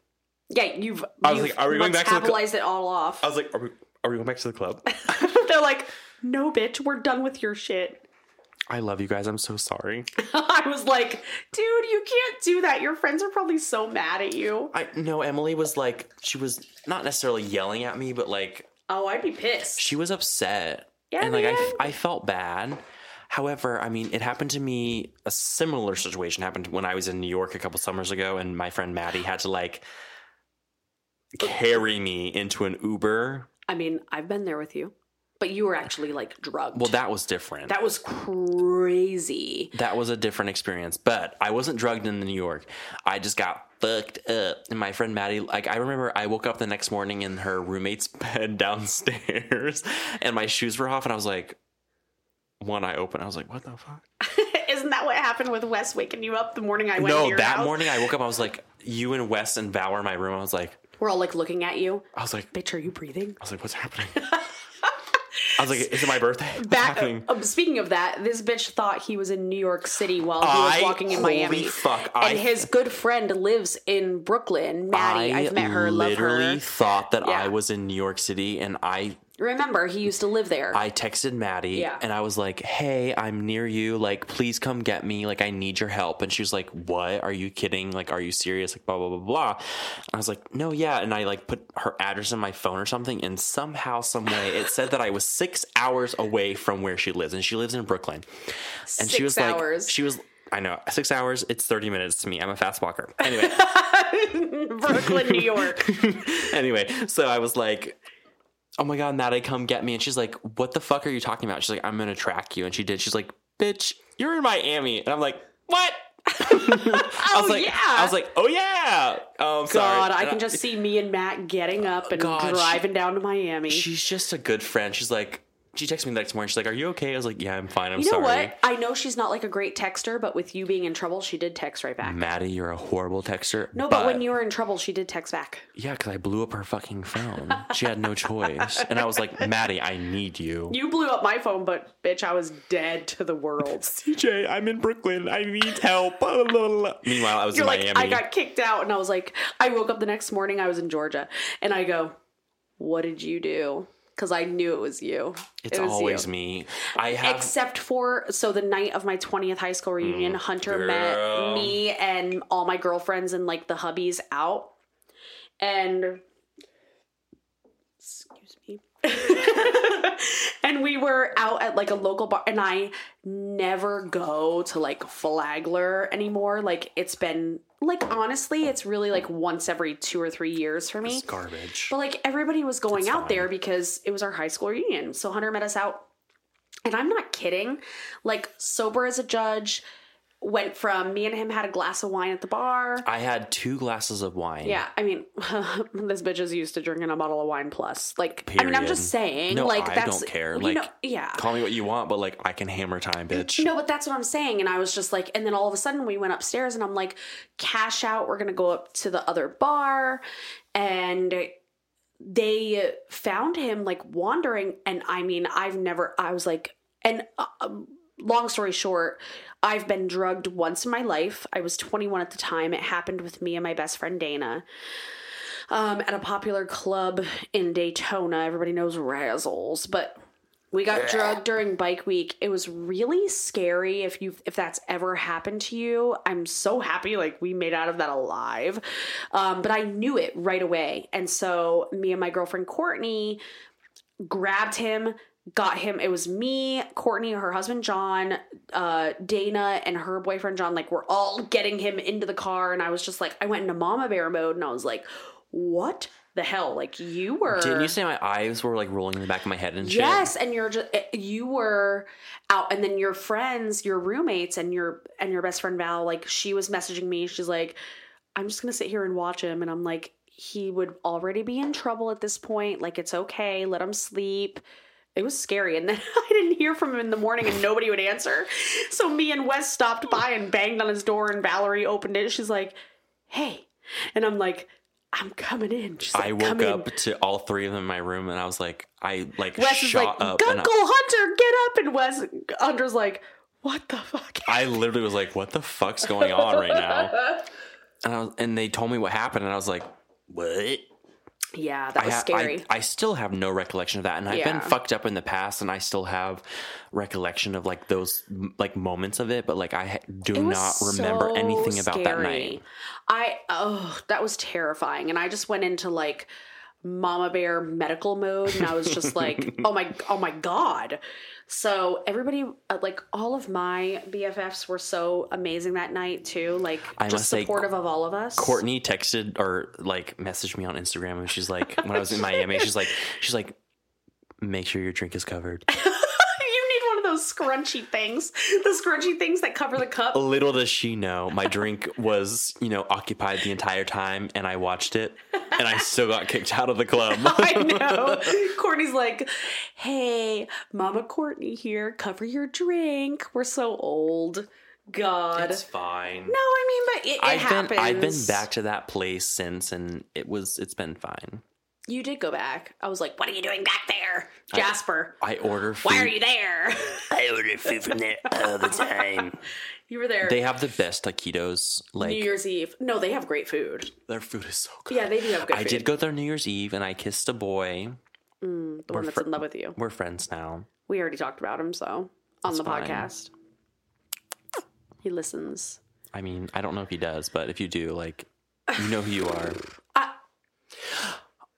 [SPEAKER 1] yeah, you've
[SPEAKER 2] I was
[SPEAKER 1] you've
[SPEAKER 2] like, are we going back to the cl-
[SPEAKER 1] metabolized it all off.
[SPEAKER 2] I was like, "Are we, are we going back to the club?"
[SPEAKER 1] [LAUGHS] They're like, no, bitch, we're done with your shit. [LAUGHS]
[SPEAKER 2] I love you guys. I'm so sorry.
[SPEAKER 1] I was like, dude, you can't do that. Your friends are probably so mad at you.
[SPEAKER 2] I no. Emily was like, she was not necessarily yelling at me, but like
[SPEAKER 1] Oh, I'd be pissed.
[SPEAKER 2] she was upset
[SPEAKER 1] Yeah,
[SPEAKER 2] and like I, f-
[SPEAKER 1] man.
[SPEAKER 2] I felt bad however i mean it happened to me a similar situation happened when i was in new york a couple summers ago and my friend maddie had to like carry me into an uber
[SPEAKER 1] I mean, I've been there with you, but you were actually like drugged.
[SPEAKER 2] well that was different that,
[SPEAKER 1] that was crazy.
[SPEAKER 2] was a different experience but i wasn't drugged in new york i just got fucked up and my friend maddie like i remember i woke up the next morning in her roommate's [LAUGHS] bed downstairs and my shoes were off and i was like one eye open i was like what the fuck
[SPEAKER 1] [LAUGHS] Isn't that what happened with Wes waking you up the morning I went? to
[SPEAKER 2] No,
[SPEAKER 1] your
[SPEAKER 2] that
[SPEAKER 1] house?
[SPEAKER 2] morning I woke up. I
[SPEAKER 1] [LAUGHS]
[SPEAKER 2] was like, you and Wes and Val were in my room. I was like,
[SPEAKER 1] we're all like looking at you.
[SPEAKER 2] I was like, I
[SPEAKER 1] Bitch, are you breathing?
[SPEAKER 2] was like,
[SPEAKER 1] [LAUGHS]
[SPEAKER 2] what's happening? I was like, is it my birthday? What's
[SPEAKER 1] Back,
[SPEAKER 2] happening?
[SPEAKER 1] um, speaking of that, this bitch thought he was in New York City while he was
[SPEAKER 2] I
[SPEAKER 1] walking in
[SPEAKER 2] holy
[SPEAKER 1] Miami.
[SPEAKER 2] fuck! I
[SPEAKER 1] and his good friend lives in Brooklyn. Maddie, I have met her, love
[SPEAKER 2] literally
[SPEAKER 1] her.
[SPEAKER 2] thought that
[SPEAKER 1] Yeah.
[SPEAKER 2] I was in New York City, and I
[SPEAKER 1] Remember, he used to live there.
[SPEAKER 2] I texted Maddie
[SPEAKER 1] Yeah.
[SPEAKER 2] and I was like, "Hey, I'm near you. Like, please come get me. Like, I need your help." And she was like, "What? Are you kidding? Like, are you serious? Like, blah blah blah blah." I was like, "No, yeah." And I like put her address in my phone or something, and somehow, some way, it said that I was six hours away from where she lives, and she lives in Brooklyn. And she
[SPEAKER 1] Six
[SPEAKER 2] was
[SPEAKER 1] hours.
[SPEAKER 2] like, she was. I know six hours. It's thirty minutes to me. I'm a fast walker. Anyway,
[SPEAKER 1] [LAUGHS] Brooklyn, New York.
[SPEAKER 2] anyway, so I was like, "Oh my god, Maddie, come get me!" And she's like, "What the fuck are you talking about?" She's like, "I'm gonna track you," and she did. She's like, "Bitch, you're in Miami," and I'm like, [LAUGHS] "What?" I was
[SPEAKER 1] Oh,
[SPEAKER 2] like,
[SPEAKER 1] yeah.
[SPEAKER 2] I was like, "Oh yeah." Oh sorry.
[SPEAKER 1] God, I can just see me and Matt getting up and
[SPEAKER 2] God, she-
[SPEAKER 1] driving down to Miami.
[SPEAKER 2] She's just a good friend. She's like, she texted me the next morning. She's like, "Are you okay?" I was like, "Yeah, I'm fine. I'm
[SPEAKER 1] you know
[SPEAKER 2] sorry."
[SPEAKER 1] what? I know she's not like a great texter, but with you being in trouble, she did text right back.
[SPEAKER 2] Maddie, you're a horrible texter.
[SPEAKER 1] No, but, when you were in trouble, she did text back.
[SPEAKER 2] yeah, because I blew up her fucking phone. she had no choice, and I was like, Maddie, I need you.
[SPEAKER 1] You blew up my phone, but bitch, I was dead to the world.
[SPEAKER 2] [LAUGHS] TJ, E I'm in Brooklyn. I need help. [LAUGHS] Blah, blah, blah. Meanwhile, I was
[SPEAKER 1] You're
[SPEAKER 2] in
[SPEAKER 1] like,
[SPEAKER 2] Miami.
[SPEAKER 1] I got kicked out, and I was like, I woke up the next morning, I was in Georgia, and I go, What did you do? Because I knew it was you.
[SPEAKER 2] it's
[SPEAKER 1] it was
[SPEAKER 2] always
[SPEAKER 1] you.
[SPEAKER 2] me. I have. Mm,
[SPEAKER 1] Except for so the night of my 20th high school reunion, Hunter
[SPEAKER 2] girl.
[SPEAKER 1] met me and all my girlfriends and like the hubbies out. And excuse me. [LAUGHS] and we were out at like a local bar and I never go to like Flagler anymore. Like it's been like honestly, it's really like once every 2 or 3 years for me.
[SPEAKER 2] it's garbage.
[SPEAKER 1] But like everybody was going out there because it was our high school reunion. So Hunter met us out. And I'm not kidding. Like sober as a judge, went from me and him had a glass of wine at the bar.
[SPEAKER 2] I had two glasses of wine.
[SPEAKER 1] Yeah, I mean, [LAUGHS] this bitch is used to drinking a bottle of wine plus. Like, I mean, I'm
[SPEAKER 2] Period.
[SPEAKER 1] just saying.
[SPEAKER 2] No,
[SPEAKER 1] like,
[SPEAKER 2] I
[SPEAKER 1] that's
[SPEAKER 2] don't care.
[SPEAKER 1] you
[SPEAKER 2] Like,
[SPEAKER 1] know- yeah,
[SPEAKER 2] Call me what you want, but like I can hammer time, bitch.
[SPEAKER 1] no, but that's what I'm saying. And I was just like, and then all of a sudden we went upstairs and I'm like, cash out. We're going to go up to the other bar. And they found him like wandering. And I mean, I've never, I was like, and uh, um, long story short, I've been drugged once in my life. I was 21 at the time. It happened with me and my best friend Dana um, at a popular club in Daytona. Everybody knows Razzles, but we got drugged during bike week. It was really scary if you if that's ever happened to you. I'm so happy like we made out of that alive. Um, but I knew it right away. And so me and my girlfriend Courtney grabbed him, got him. It was me, Courtney, her husband John, uh, Dana, and her boyfriend John. Like we're all getting him into the car, and I was just like, I went into mama bear mode, and I was like, what the hell? Like you were.
[SPEAKER 2] Didn't you say my eyes were like rolling in the back of my head and shit?
[SPEAKER 1] Yes, and you're just you were out, and then your friends, your roommates, and your and your best friend Val, like she was messaging me. She's like, "I'm just gonna sit here and watch him," and I'm like, "He would already be in trouble at this point. Like, it's okay, let him sleep." It was scary, and [LAUGHS] then I didn't hear from him in the morning, and nobody would answer. So me and Wes stopped by and banged on his door, and Valerie opened it. She's like, "Hey," and I'm like. I'm coming in. She's like,
[SPEAKER 2] I
[SPEAKER 1] "Come
[SPEAKER 2] woke
[SPEAKER 1] in."
[SPEAKER 2] up to all three of them in my room and I was like, I like
[SPEAKER 1] Wes is like,
[SPEAKER 2] shot up.
[SPEAKER 1] Gunkle
[SPEAKER 2] And I,
[SPEAKER 1] Hunter, get up! And Wes Hunter's like, what the fuck?
[SPEAKER 2] [LAUGHS] I literally was like, what the fuck's going on
[SPEAKER 1] [LAUGHS]
[SPEAKER 2] right now? And, I was, and they told me what happened and I was like, what?
[SPEAKER 1] Yeah, that was
[SPEAKER 2] I, ha-
[SPEAKER 1] scary.
[SPEAKER 2] I, I still have no recollection of that, and I've
[SPEAKER 1] Yeah.
[SPEAKER 2] been fucked up in the past, and I still have recollection of like those m- like moments of it, but like I ha- do
[SPEAKER 1] It was
[SPEAKER 2] not remember
[SPEAKER 1] so
[SPEAKER 2] anything about that
[SPEAKER 1] scary.
[SPEAKER 2] night.
[SPEAKER 1] I oh, that was terrifying, and I just went into like mama bear medical mode, and I was just
[SPEAKER 2] [LAUGHS]
[SPEAKER 1] like, oh my, oh my god. So everybody, uh, like all of my BFFs, were so amazing that night too. Like
[SPEAKER 2] I must
[SPEAKER 1] just
[SPEAKER 2] say,
[SPEAKER 1] supportive of all of us.
[SPEAKER 2] Courtney texted or like messaged me on Instagram, and she's like, when I
[SPEAKER 1] [LAUGHS]
[SPEAKER 2] was in Miami, she's like, she's like, make sure your drink is covered.
[SPEAKER 1] [LAUGHS] you need one of those scrunchy things, the scrunchy things that cover the cup.
[SPEAKER 2] Little does she know, my drink was you know occupied the entire time, and I watched it, and I still got kicked out of the club.
[SPEAKER 1] [LAUGHS] [LAUGHS] I know. Courtney's like, hey, Mama Courtney here, cover your drink. We're so old. God.
[SPEAKER 2] [LAUGHS] It's fine.
[SPEAKER 1] no, I mean, but it, it
[SPEAKER 2] I've
[SPEAKER 1] happens.
[SPEAKER 2] been I've been back to that place since, and it was it's been fine.
[SPEAKER 1] You did go back. I was like, what are you doing back there? Jasper,
[SPEAKER 2] I order food.
[SPEAKER 1] why are you there? [LAUGHS]
[SPEAKER 3] I order food from there all the time.
[SPEAKER 1] you were there
[SPEAKER 2] They have the best taquitos. Like
[SPEAKER 1] New Year's Eve. No, they have great food.
[SPEAKER 2] their food is so good.
[SPEAKER 1] Yeah, they do have good
[SPEAKER 2] I
[SPEAKER 1] food.
[SPEAKER 2] did go there New Year's Eve, and I kissed a boy.
[SPEAKER 1] Mm, the one that's
[SPEAKER 2] fr-
[SPEAKER 1] in love with you.
[SPEAKER 2] We're friends now.
[SPEAKER 1] We already talked about him, so on the
[SPEAKER 2] fine.
[SPEAKER 1] podcast. He listens.
[SPEAKER 2] I mean, I don't know if he does, but if you do, like, you know who you are.
[SPEAKER 1] [GASPS] I-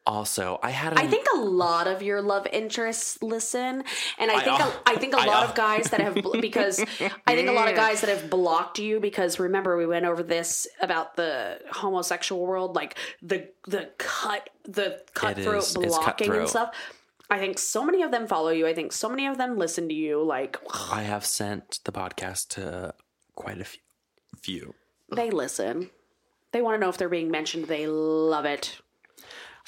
[SPEAKER 2] also, I had.
[SPEAKER 1] I think a lot of your love interests listen, and I
[SPEAKER 2] I
[SPEAKER 1] think
[SPEAKER 2] al-
[SPEAKER 1] a, I think a
[SPEAKER 2] I
[SPEAKER 1] lot
[SPEAKER 2] al-
[SPEAKER 1] of guys that have bl- [LAUGHS] because I think a lot of guys that have blocked you because remember we went over this about the homosexual world, like the the cut the cutthroat
[SPEAKER 2] is- it's
[SPEAKER 1] blocking
[SPEAKER 2] cutthroat.
[SPEAKER 1] and stuff. I think so many of them follow you. I think so many of them listen to you. Like
[SPEAKER 2] I have sent the podcast to quite a few. Few.
[SPEAKER 1] they listen. They want to know if they're being mentioned. They love it.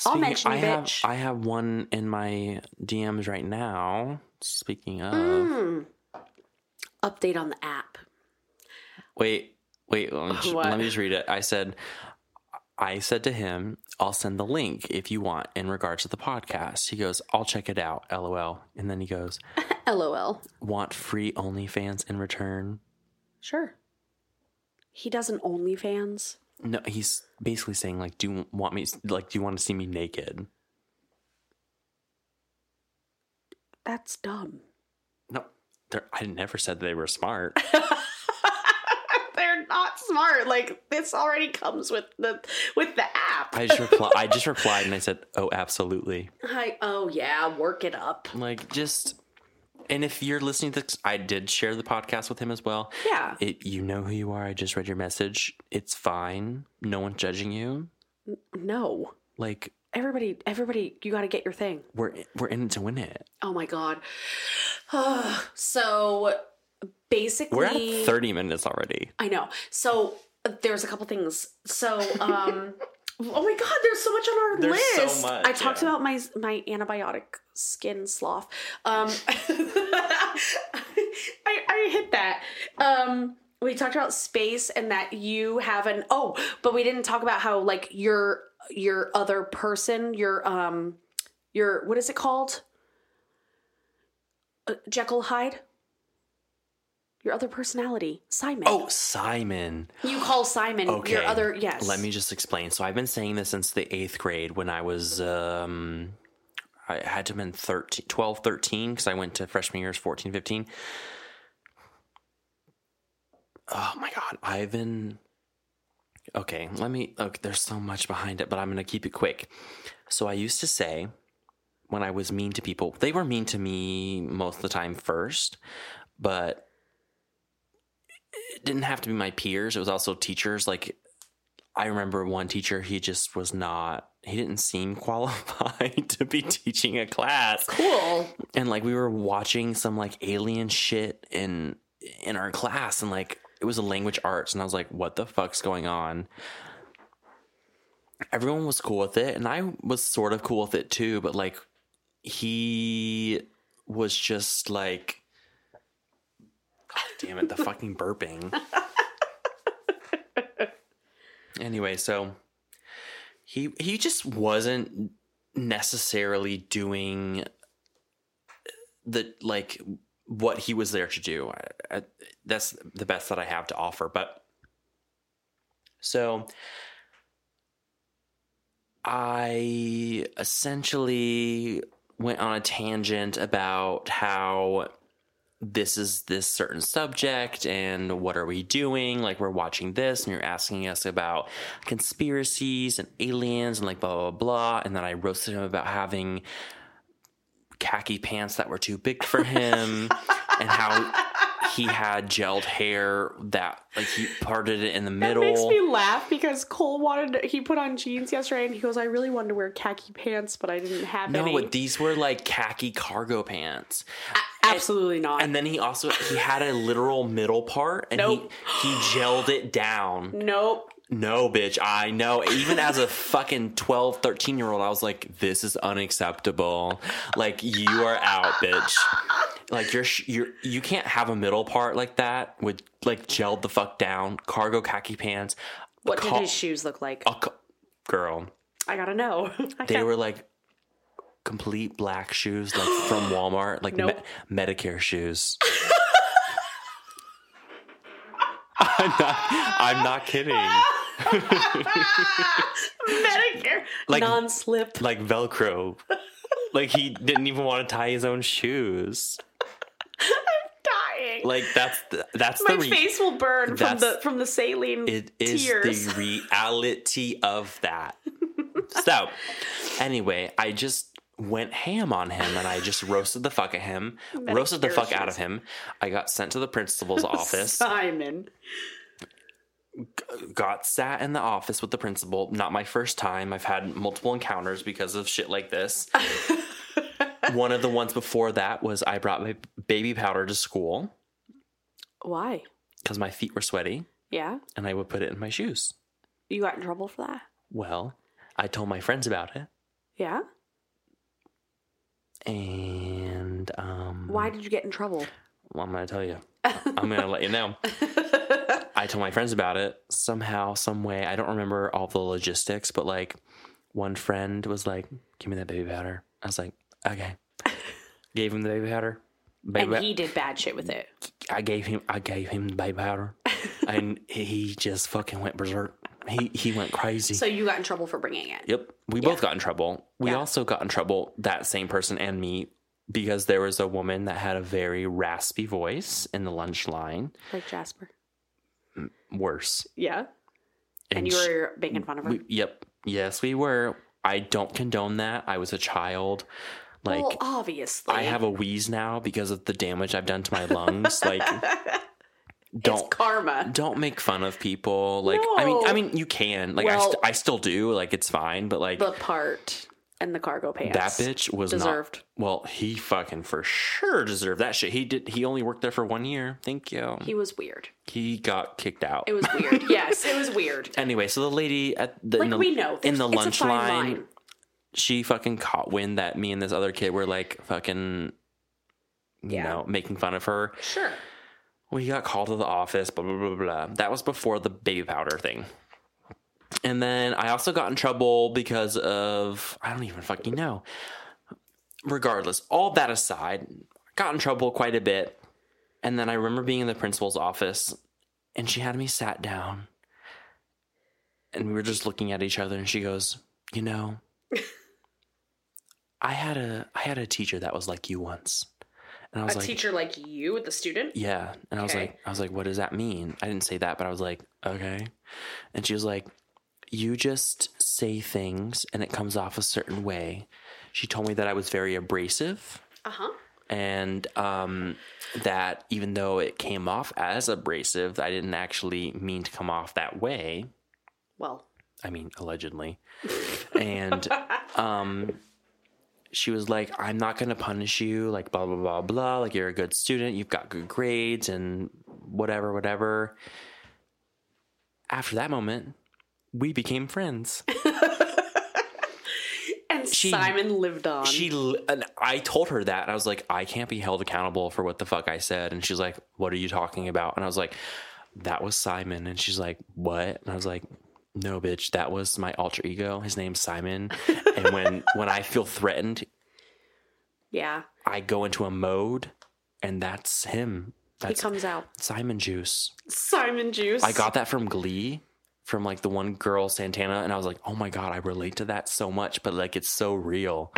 [SPEAKER 1] I'll
[SPEAKER 2] Speaking-
[SPEAKER 1] mention you,
[SPEAKER 2] I have,
[SPEAKER 1] bitch.
[SPEAKER 2] I have one in my DMs right now. Speaking of,
[SPEAKER 1] Mm. Update on the app.
[SPEAKER 2] wait, wait, let me, just,
[SPEAKER 1] What?
[SPEAKER 2] let me just read it. I said, I said to him, I'll send the link if you want in regards to the podcast. He goes, I'll check it out, lol. And then he goes,
[SPEAKER 1] LOL.
[SPEAKER 2] want free OnlyFans in return?
[SPEAKER 1] Sure. He does an OnlyFans.
[SPEAKER 2] No, he's basically saying like, do you want me? Like, do you want to see me naked?
[SPEAKER 1] That's dumb.
[SPEAKER 2] No, they're- I never said they were smart.
[SPEAKER 1] [LAUGHS] They're not smart. Like this already comes with the with the app.
[SPEAKER 2] I just repli- I just replied and I said, oh, absolutely.
[SPEAKER 1] Hi. oh yeah, work it up.
[SPEAKER 2] like just and if you're listening to this i did share the podcast with him as well
[SPEAKER 1] Yeah.
[SPEAKER 2] it, you know who you are i just read your message it's fine no one's judging you
[SPEAKER 1] No.
[SPEAKER 2] like
[SPEAKER 1] Everybody everybody you got to get your thing.
[SPEAKER 2] we're we're in it to win it
[SPEAKER 1] Oh my god. [SIGHS] so basically
[SPEAKER 2] we're at 30 minutes already
[SPEAKER 1] I know. So uh, there's a couple things. So um [LAUGHS] oh my god, there's so much on our
[SPEAKER 2] There's so
[SPEAKER 1] list.
[SPEAKER 2] much,
[SPEAKER 1] I talked
[SPEAKER 2] yeah.
[SPEAKER 1] about my my antibiotic skin sloth. Um [LAUGHS] I I hit that. Um we talked about space and that you have an oh, but we didn't talk about how like your your other person, your um your what is it called? Uh, Jekyll Hyde? Your other personality, Simon.
[SPEAKER 2] oh simon
[SPEAKER 1] You call Simon
[SPEAKER 2] okay
[SPEAKER 1] your other yes.
[SPEAKER 2] let me just explain so i've been saying this since the eighth grade when i was um i had to have been 13 12 13 because i went to freshman years 14 15 oh my god i've been okay let me okay there's so much behind it but i'm gonna keep it quick so i used to say when i was mean to people they were mean to me most of the time first but it didn't have to be my peers it was also teachers like i remember one teacher he just was not he didn't seem [LAUGHS] qualified to be teaching a class
[SPEAKER 1] cool.
[SPEAKER 2] and like we were watching some like alien shit in in our class and like it was a language arts and i was like what the fuck's going on everyone was cool with it and i was sort of cool with it too but like he was just like god damn it the fucking burping anyway so he he just wasn't necessarily doing the like what he was there to do. I, I, that's the best that I have to offer. But so I essentially went on a tangent about how this is this certain subject and what are we doing? Like we're watching this and you're asking us about conspiracies and aliens and like blah blah blah. And then I roasted him about having khaki pants that were too big for
[SPEAKER 1] [LAUGHS]
[SPEAKER 2] him and how he had gelled hair that like he parted it in the
[SPEAKER 1] That
[SPEAKER 2] middle.
[SPEAKER 1] makes me laugh because Cole wanted he put on jeans yesterday and he goes, I really wanted to wear khaki pants, but I didn't have
[SPEAKER 2] no,
[SPEAKER 1] any.
[SPEAKER 2] but these were like khaki cargo pants.
[SPEAKER 1] Absolutely not.
[SPEAKER 2] And then he also he had a literal middle part and
[SPEAKER 1] Nope.
[SPEAKER 2] he he gelled it down.
[SPEAKER 1] nope.
[SPEAKER 2] No, bitch, I know. Even as a fucking 12, 13 year old, I was like, this is unacceptable. Like, you are out, bitch. Like, you're, sh- you're, you can't have a middle part like that with, like, gelled the fuck down, cargo khaki pants. a
[SPEAKER 1] What
[SPEAKER 2] co-
[SPEAKER 1] did his shoes look like?
[SPEAKER 2] a co- Girl,
[SPEAKER 1] I gotta know. [LAUGHS] I
[SPEAKER 2] Oh. they
[SPEAKER 1] got-
[SPEAKER 2] were like complete black shoes, like
[SPEAKER 1] [GASPS]
[SPEAKER 2] from Walmart, like
[SPEAKER 1] Nope.
[SPEAKER 2] me-
[SPEAKER 1] [LAUGHS]
[SPEAKER 2] Medicare shoes. I'm not, I'm not kidding.
[SPEAKER 1] Medicare
[SPEAKER 2] Like-
[SPEAKER 1] non slip.
[SPEAKER 2] Like Velcro Like he didn't even want to tie his own shoes.
[SPEAKER 1] Dying.
[SPEAKER 2] Like that's the, that's
[SPEAKER 1] My
[SPEAKER 2] the re-
[SPEAKER 1] face will burn from
[SPEAKER 2] That's-
[SPEAKER 1] the from the saline
[SPEAKER 2] it is
[SPEAKER 1] tears.
[SPEAKER 2] the reality of that. so, anyway, I just went ham on him and I just roasted the fuck at him, roasted the fuck out of him. I got sent to the principal's [LAUGHS] office,
[SPEAKER 1] Simon.
[SPEAKER 2] got sat in the office with the principal. Not my first time. I've had multiple encounters because of shit like this. One of the ones before that was I brought my baby powder to school
[SPEAKER 1] Why?
[SPEAKER 2] because my feet were sweaty
[SPEAKER 1] Yeah,
[SPEAKER 2] and I would put it in my shoes.
[SPEAKER 1] you got in trouble for that.
[SPEAKER 2] Well, I told my friends about it.
[SPEAKER 1] Yeah.
[SPEAKER 2] And um
[SPEAKER 1] Why did you get in trouble?
[SPEAKER 2] well, I'm gonna tell
[SPEAKER 1] [LAUGHS]
[SPEAKER 2] you. I'm gonna let you know. I told my friends about it somehow, some way. I don't remember all the logistics, but like one friend was like, "Give me that baby powder." I was like,
[SPEAKER 1] [LAUGHS]
[SPEAKER 2] "Okay." gave him the baby powder. Baby,
[SPEAKER 1] and he did bad shit with it.
[SPEAKER 2] I gave him. I gave him the
[SPEAKER 1] [LAUGHS]
[SPEAKER 2] baby powder, and he just fucking went berserk. He he went crazy.
[SPEAKER 1] So you got in trouble for bringing it.
[SPEAKER 2] Yep. We both got in trouble. We also got in trouble, that same person and me, because there was a woman that had a very raspy voice in the lunch line.
[SPEAKER 1] Like Jasper.
[SPEAKER 2] Worse.
[SPEAKER 1] Yeah. And you
[SPEAKER 2] sh-
[SPEAKER 1] were making fun of her.
[SPEAKER 2] we, Yep. Yes, we were. I don't condone that. I was a child. Like,
[SPEAKER 1] well, obviously.
[SPEAKER 2] I have a wheeze now because of the damage I've done to
[SPEAKER 1] [LAUGHS]
[SPEAKER 2] my lungs. like,
[SPEAKER 1] it's
[SPEAKER 2] don't.
[SPEAKER 1] karma.
[SPEAKER 2] Don't make fun of people. Like I mean,
[SPEAKER 1] No.
[SPEAKER 2] I mean, you can. Like I,
[SPEAKER 1] Well-
[SPEAKER 2] st- I still do. Like it's fine. But like
[SPEAKER 1] The part and the cargo pants.
[SPEAKER 2] That bitch was
[SPEAKER 1] Deserved.
[SPEAKER 2] Not, well, he fucking for sure deserved that shit. He did. He only worked there for one year. Thank you. He,
[SPEAKER 1] He was weird.
[SPEAKER 2] got kicked out.
[SPEAKER 1] It was
[SPEAKER 2] [LAUGHS]
[SPEAKER 1] weird. yes, it was weird.
[SPEAKER 2] anyway, so the lady at the,
[SPEAKER 1] Like
[SPEAKER 2] in the
[SPEAKER 1] we know
[SPEAKER 2] in the
[SPEAKER 1] it's a
[SPEAKER 2] lunch
[SPEAKER 1] fine
[SPEAKER 2] line, she fucking caught wind that me and this other kid were like fucking, you
[SPEAKER 1] Yeah.
[SPEAKER 2] know, making fun of her.
[SPEAKER 1] Sure.
[SPEAKER 2] We got called to the office. Blah blah blah blah. That was before the baby powder thing. And then I also got in trouble because of I don't even fucking know. Regardless, all that aside, got in trouble quite a bit. And then I remember being in the principal's office and she had me sat down and we were just looking at each other and she goes, "You know, I had a I had a teacher that was like you once." And I was
[SPEAKER 1] a
[SPEAKER 2] like,
[SPEAKER 1] teacher like you, the student.
[SPEAKER 2] yeah. And I was
[SPEAKER 1] Okay.
[SPEAKER 2] like, I was like, what does that mean? I didn't say that, but I was like, okay. And she was like, you just say things and it comes off a certain way. She told me that I was very abrasive
[SPEAKER 1] Uh huh.
[SPEAKER 2] and um, that even though it came off as abrasive, I didn't actually mean to come off that way.
[SPEAKER 1] Well,
[SPEAKER 2] I mean, allegedly. and um, she was like, I'm not going to punish you, like, blah, blah, blah, blah. Like, you're a good student, you've got good grades, and whatever, whatever. After that moment, we became friends.
[SPEAKER 1] and
[SPEAKER 2] She-
[SPEAKER 1] Simon lived on.
[SPEAKER 2] She l- and I told her that, and I was like, I can't be held accountable for what the fuck I said. And she's like, What are you talking about? And I was like, That was Simon. And she's like, What? And I was like, No, bitch, that was my alter ego. His name's Simon. and when when I feel threatened,
[SPEAKER 1] yeah,
[SPEAKER 2] I go into a mode, and that's him.
[SPEAKER 1] he
[SPEAKER 2] That's
[SPEAKER 1] comes out.
[SPEAKER 2] Simon Juice.
[SPEAKER 1] Simon Juice.
[SPEAKER 2] I got that from Glee, from like the one girl Santana, and I was like, oh my god, I relate to that so much, but like it's so
[SPEAKER 1] [LAUGHS]
[SPEAKER 2] real.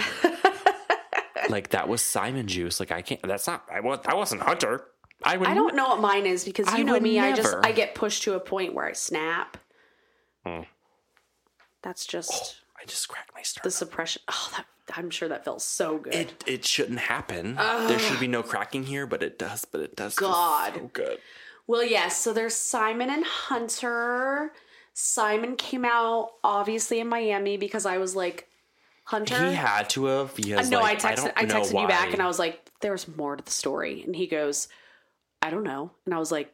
[SPEAKER 2] like that was Simon Juice. Like I can't. That's not. I was. That wasn't Hunter. I would.
[SPEAKER 1] I don't know what mine is because you
[SPEAKER 2] I
[SPEAKER 1] know
[SPEAKER 2] would
[SPEAKER 1] me. I just
[SPEAKER 2] never. Mm.
[SPEAKER 1] I get pushed to a point where I snap. That's just
[SPEAKER 2] I just cracked my sternum.
[SPEAKER 1] the suppression. Oh, that, I'm sure that felt so good.
[SPEAKER 2] it it shouldn't happen. There should be no cracking here, but it does. But it does. feel
[SPEAKER 1] God.
[SPEAKER 2] so good.
[SPEAKER 1] Well, yes. So there's Simon and Hunter. Simon came out obviously in Miami because I was like, Hunter.
[SPEAKER 2] He had to have. Because,
[SPEAKER 1] Uh, no,
[SPEAKER 2] like,
[SPEAKER 1] I texted. I,
[SPEAKER 2] don't know
[SPEAKER 1] texted you back,
[SPEAKER 2] why.
[SPEAKER 1] and I was like, "There was more to the story." And he goes, "I don't know." And I was like,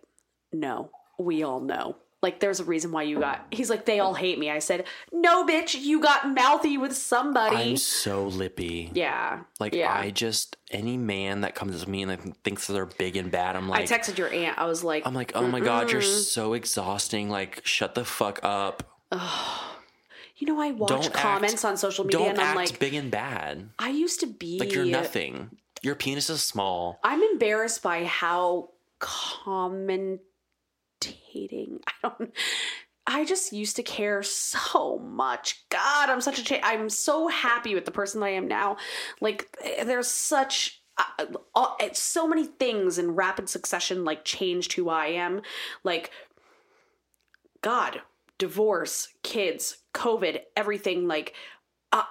[SPEAKER 1] "No, we all know. Like, there's a reason why you got." He's like, "They all hate me." I said, "No, bitch, you got mouthy with somebody."
[SPEAKER 2] I'm so lippy.
[SPEAKER 1] yeah,
[SPEAKER 2] Like
[SPEAKER 1] yeah.
[SPEAKER 2] I just any man that comes to me and like, thinks they're big and bad, I'm like
[SPEAKER 1] I texted your aunt. I was like,
[SPEAKER 2] I'm like, oh my god, you're so exhausting. Like, shut the fuck up.
[SPEAKER 1] "You know, I watch
[SPEAKER 2] Don't act-
[SPEAKER 1] comments on social media,
[SPEAKER 2] Don't
[SPEAKER 1] and I'm
[SPEAKER 2] act
[SPEAKER 1] like,
[SPEAKER 2] big and bad.
[SPEAKER 1] I used to be
[SPEAKER 2] Like you're nothing. Your penis is small.
[SPEAKER 1] I'm embarrassed [LAUGHS] by how commentating. I don't. I just used to care so much. God, I'm such a cha- I'm so happy with the person that I am now. Like eh, there's such uh, all, it's so many things in rapid succession like changed who I am. Like God, divorce, kids, COVID, everything like uh,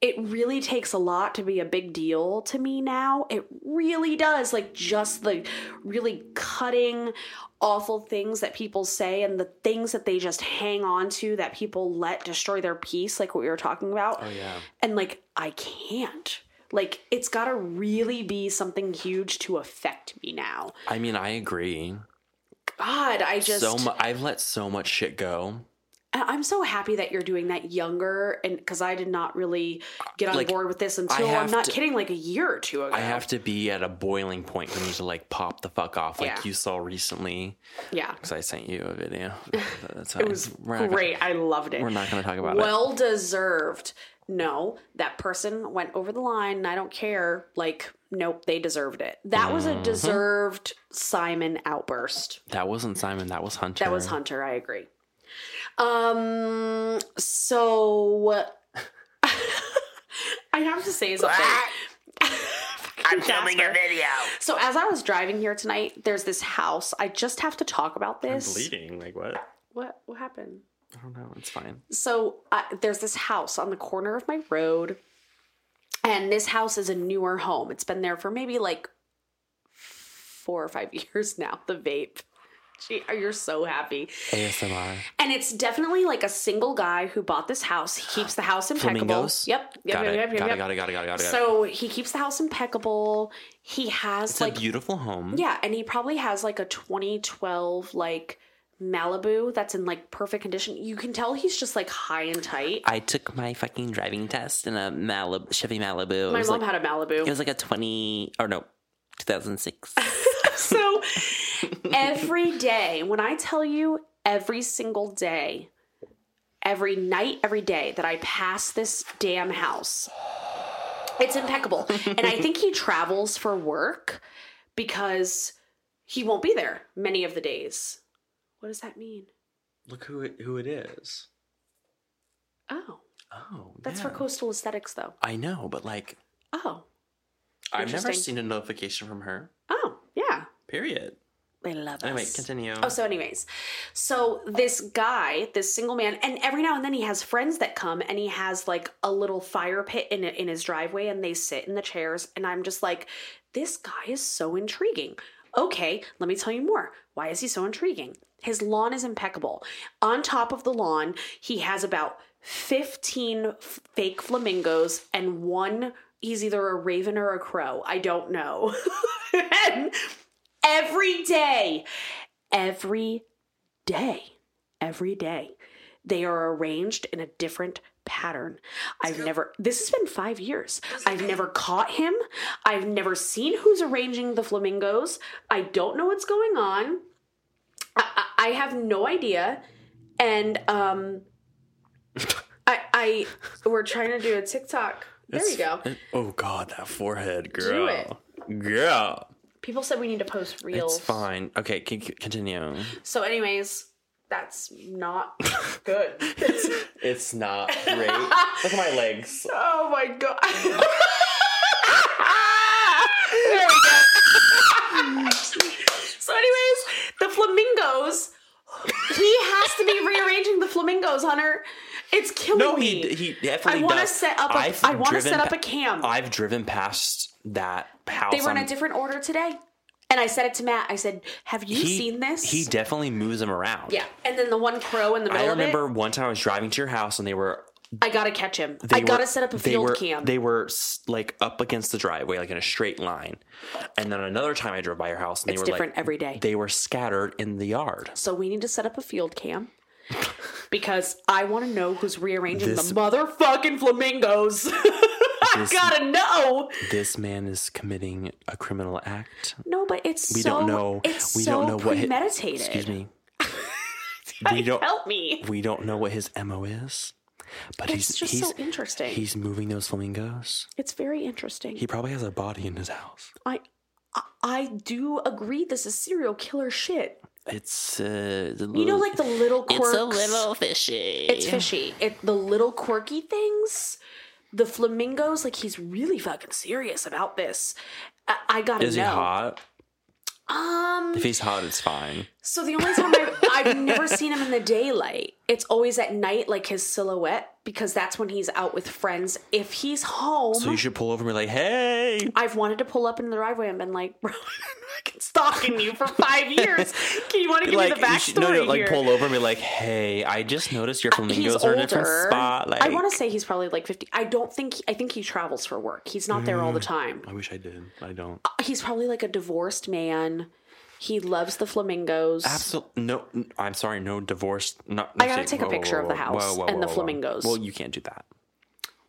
[SPEAKER 1] it really takes a lot to be a big deal to me now. It really does. Like just the really cutting awful things that people say and the things that they just hang on to that people let destroy their peace like what we were talking about.
[SPEAKER 2] Oh yeah.
[SPEAKER 1] And like I can't. Like it's got to really be something huge to affect me now.
[SPEAKER 2] I mean, I agree.
[SPEAKER 1] God, I just
[SPEAKER 2] so mu- I've let so much shit go.
[SPEAKER 1] I- I'm so happy that you're doing that younger, and because I did not really get on
[SPEAKER 2] Like,
[SPEAKER 1] board with this until I'm
[SPEAKER 2] have
[SPEAKER 1] not
[SPEAKER 2] to-
[SPEAKER 1] kidding, like a year or two ago.
[SPEAKER 2] I have to be at a boiling point for me to like pop the fuck off, like
[SPEAKER 1] Yeah.
[SPEAKER 2] you saw recently.
[SPEAKER 1] yeah,
[SPEAKER 2] Because I sent you
[SPEAKER 1] [LAUGHS]
[SPEAKER 2] a video. That's
[SPEAKER 1] it
[SPEAKER 2] [LAUGHS]
[SPEAKER 1] was great. I loved it.
[SPEAKER 2] we're not going to talk about it.
[SPEAKER 1] well deserved. No, that person went over the line. and I don't care. Like, nope, they deserved it. That was
[SPEAKER 2] Mm-hmm.
[SPEAKER 1] a deserved Simon outburst.
[SPEAKER 2] That wasn't Simon. That was Hunter.
[SPEAKER 1] That was Hunter. I agree. Um.
[SPEAKER 2] [LAUGHS]
[SPEAKER 1] So [LAUGHS] I have to say something.
[SPEAKER 3] I'm filming a
[SPEAKER 1] Jasper.
[SPEAKER 3] video.
[SPEAKER 1] So as I was driving here tonight, there's this house. I just have to talk about this.
[SPEAKER 2] bleeding. Like what?
[SPEAKER 1] What what happened?
[SPEAKER 2] I don't know. Oh, It's fine.
[SPEAKER 1] So uh, there's this house on the corner of my road, and this house is a newer home. It's been there for maybe like four or five [LAUGHS] years now. The vape. Gee, you're so happy.
[SPEAKER 2] ASMR.
[SPEAKER 1] And it's definitely like a single guy who bought this house. He keeps the house impeccable.
[SPEAKER 2] Flamingos?
[SPEAKER 1] Yep. Yep.
[SPEAKER 2] got,
[SPEAKER 1] yep,
[SPEAKER 2] it.
[SPEAKER 1] yep, yep,
[SPEAKER 2] got
[SPEAKER 1] yep.
[SPEAKER 2] it. Got it. Got it. Got it. Got it.
[SPEAKER 1] So he keeps the house impeccable. He has
[SPEAKER 2] it's
[SPEAKER 1] like
[SPEAKER 2] a beautiful home.
[SPEAKER 1] yeah, and he probably has like a 2012 like Malibu that's in like perfect condition. You can tell he's just like high and tight.
[SPEAKER 2] I took my fucking driving test in a Malib- Chevy Malibu. It
[SPEAKER 1] My
[SPEAKER 2] was
[SPEAKER 1] mom
[SPEAKER 2] like
[SPEAKER 1] had a Malibu. [LAUGHS]
[SPEAKER 2] it [LAUGHS] was like a twenty or no, two thousand six.
[SPEAKER 1] so every day, when I tell you every single day, every night, every day that I pass this damn house, it's impeccable. and I think he travels for work because he won't be there many of the days. What does that mean?
[SPEAKER 2] Look who it, who it is.
[SPEAKER 1] Oh,
[SPEAKER 2] Oh,
[SPEAKER 1] that's
[SPEAKER 2] yeah.
[SPEAKER 1] for coastal aesthetics, though.
[SPEAKER 2] I know, but like
[SPEAKER 1] Oh,
[SPEAKER 2] I've never
[SPEAKER 1] Interesting.
[SPEAKER 2] seen a notification from her.
[SPEAKER 1] oh, yeah.
[SPEAKER 2] Period.
[SPEAKER 1] I love
[SPEAKER 2] Anyway,
[SPEAKER 1] us.
[SPEAKER 2] continue.
[SPEAKER 1] Oh, so anyways, so this guy, this single man, and every now and then he has friends that come, and he has like a little fire pit in in his driveway, and they sit in the chairs, and I'm just like, this guy is so intriguing. Okay, let me tell you more. Why is he so intriguing? His lawn is impeccable. On top of the lawn, he has about 15 f- fake flamingos and one, he's either a raven or a crow. I don't know. [LAUGHS] and every day, every day, every day, they are arranged in a different pattern. I've never, this has been five years. I've never caught him. I've never seen who's arranging the flamingos. I don't know what's going on. I, I, I have no idea. And, um,
[SPEAKER 2] [LAUGHS]
[SPEAKER 1] I, I, we're trying to do a TikTok. There you go.
[SPEAKER 2] It- oh God, that forehead,
[SPEAKER 1] Do
[SPEAKER 2] girl.
[SPEAKER 1] it.
[SPEAKER 2] Girl,
[SPEAKER 1] People said we need to post reels.
[SPEAKER 2] it's fine. Okay, c- c- continue.
[SPEAKER 1] So, anyways, that's
[SPEAKER 2] [LAUGHS]
[SPEAKER 1] not good.
[SPEAKER 2] It's
[SPEAKER 1] [LAUGHS]
[SPEAKER 2] not great. Look at my legs.
[SPEAKER 1] oh my god. [LAUGHS] so, anyways, the flamingos. He has to be rearranging the flamingos, Hunter. It's killing
[SPEAKER 2] No,
[SPEAKER 1] me.
[SPEAKER 2] he he
[SPEAKER 1] I
[SPEAKER 2] definitely.
[SPEAKER 1] want to
[SPEAKER 2] does.
[SPEAKER 1] set up. A,
[SPEAKER 2] I've
[SPEAKER 1] I want to
[SPEAKER 2] driven
[SPEAKER 1] set up
[SPEAKER 2] pa-
[SPEAKER 1] a cam.
[SPEAKER 2] I've driven past that house.
[SPEAKER 1] they were in
[SPEAKER 2] on-
[SPEAKER 1] a different order today, and I said it to Matt. I said, "Have you
[SPEAKER 2] he-
[SPEAKER 1] seen this?"
[SPEAKER 2] He definitely moves them around.
[SPEAKER 1] yeah. And then the one crow in the middle
[SPEAKER 2] I
[SPEAKER 1] of
[SPEAKER 2] remember one time I was driving to your house and they were.
[SPEAKER 1] it. I gotta catch him.
[SPEAKER 2] They
[SPEAKER 1] I gotta
[SPEAKER 2] were-
[SPEAKER 1] set up a
[SPEAKER 2] they
[SPEAKER 1] field
[SPEAKER 2] were,
[SPEAKER 1] cam.
[SPEAKER 2] They were s- like up against the driveway, like in a straight line. And then another time I drove by your house and they
[SPEAKER 1] it's
[SPEAKER 2] were
[SPEAKER 1] different
[SPEAKER 2] like
[SPEAKER 1] every day.
[SPEAKER 2] they were scattered in the yard.
[SPEAKER 1] So we need to set up a field cam because I want to know who's rearranging
[SPEAKER 2] This-
[SPEAKER 1] the motherfucking flamingos. [LAUGHS] I
[SPEAKER 2] This-
[SPEAKER 1] gotta know.
[SPEAKER 2] This man is committing a criminal act.
[SPEAKER 1] No, but it's
[SPEAKER 2] We
[SPEAKER 1] so
[SPEAKER 2] don't know.
[SPEAKER 1] it's
[SPEAKER 2] we
[SPEAKER 1] so
[SPEAKER 2] don't know what hi-
[SPEAKER 1] premeditated.
[SPEAKER 2] excuse me.
[SPEAKER 1] [LAUGHS] I-
[SPEAKER 2] we don't.
[SPEAKER 1] help me.
[SPEAKER 2] We don't know what his mo is, but
[SPEAKER 1] It's
[SPEAKER 2] he's
[SPEAKER 1] just
[SPEAKER 2] he's
[SPEAKER 1] so interesting.
[SPEAKER 2] he's moving those flamingos.
[SPEAKER 1] it's very interesting.
[SPEAKER 2] He probably has a body in his house.
[SPEAKER 1] I I- I do agree this is serial killer shit.
[SPEAKER 2] It's uh,
[SPEAKER 1] You know, like the little quirks.
[SPEAKER 2] it's a little fishy.
[SPEAKER 1] It's fishy. It the little quirky things. The flamingos, like he's really fucking serious about this. I, I gotta
[SPEAKER 2] Is
[SPEAKER 1] know.
[SPEAKER 2] he hot?
[SPEAKER 1] Um.
[SPEAKER 2] If he's hot, it's fine.
[SPEAKER 1] So the only time I've, I've never seen him in the daylight. It's always at night, like his silhouette, because that's when he's out with friends. If he's home,
[SPEAKER 2] So you should pull over and be like, "Hey,
[SPEAKER 1] I've wanted to pull up in the driveway and been like, [LAUGHS] bro, I've been stalking you for five years. Can you want to give
[SPEAKER 2] like,
[SPEAKER 1] me the backstory
[SPEAKER 2] you should- no, no, like
[SPEAKER 1] here?
[SPEAKER 2] pull over and be like, "Hey, I just noticed your
[SPEAKER 1] he's
[SPEAKER 2] flamingos are
[SPEAKER 1] older.
[SPEAKER 2] in a different spot." Like,
[SPEAKER 1] I want to say he's probably like fifty. I don't think. I think he travels for work. He's not there
[SPEAKER 2] Mm.
[SPEAKER 1] all the time. Uh,
[SPEAKER 2] I wish I did. I don't.
[SPEAKER 1] He's probably like a divorced man. He loves the flamingos.
[SPEAKER 2] Absolutely no. n- I'm sorry. No divorce. Not.
[SPEAKER 1] I gotta take a picture of the house and the flamingos.
[SPEAKER 2] Well, you can't do that.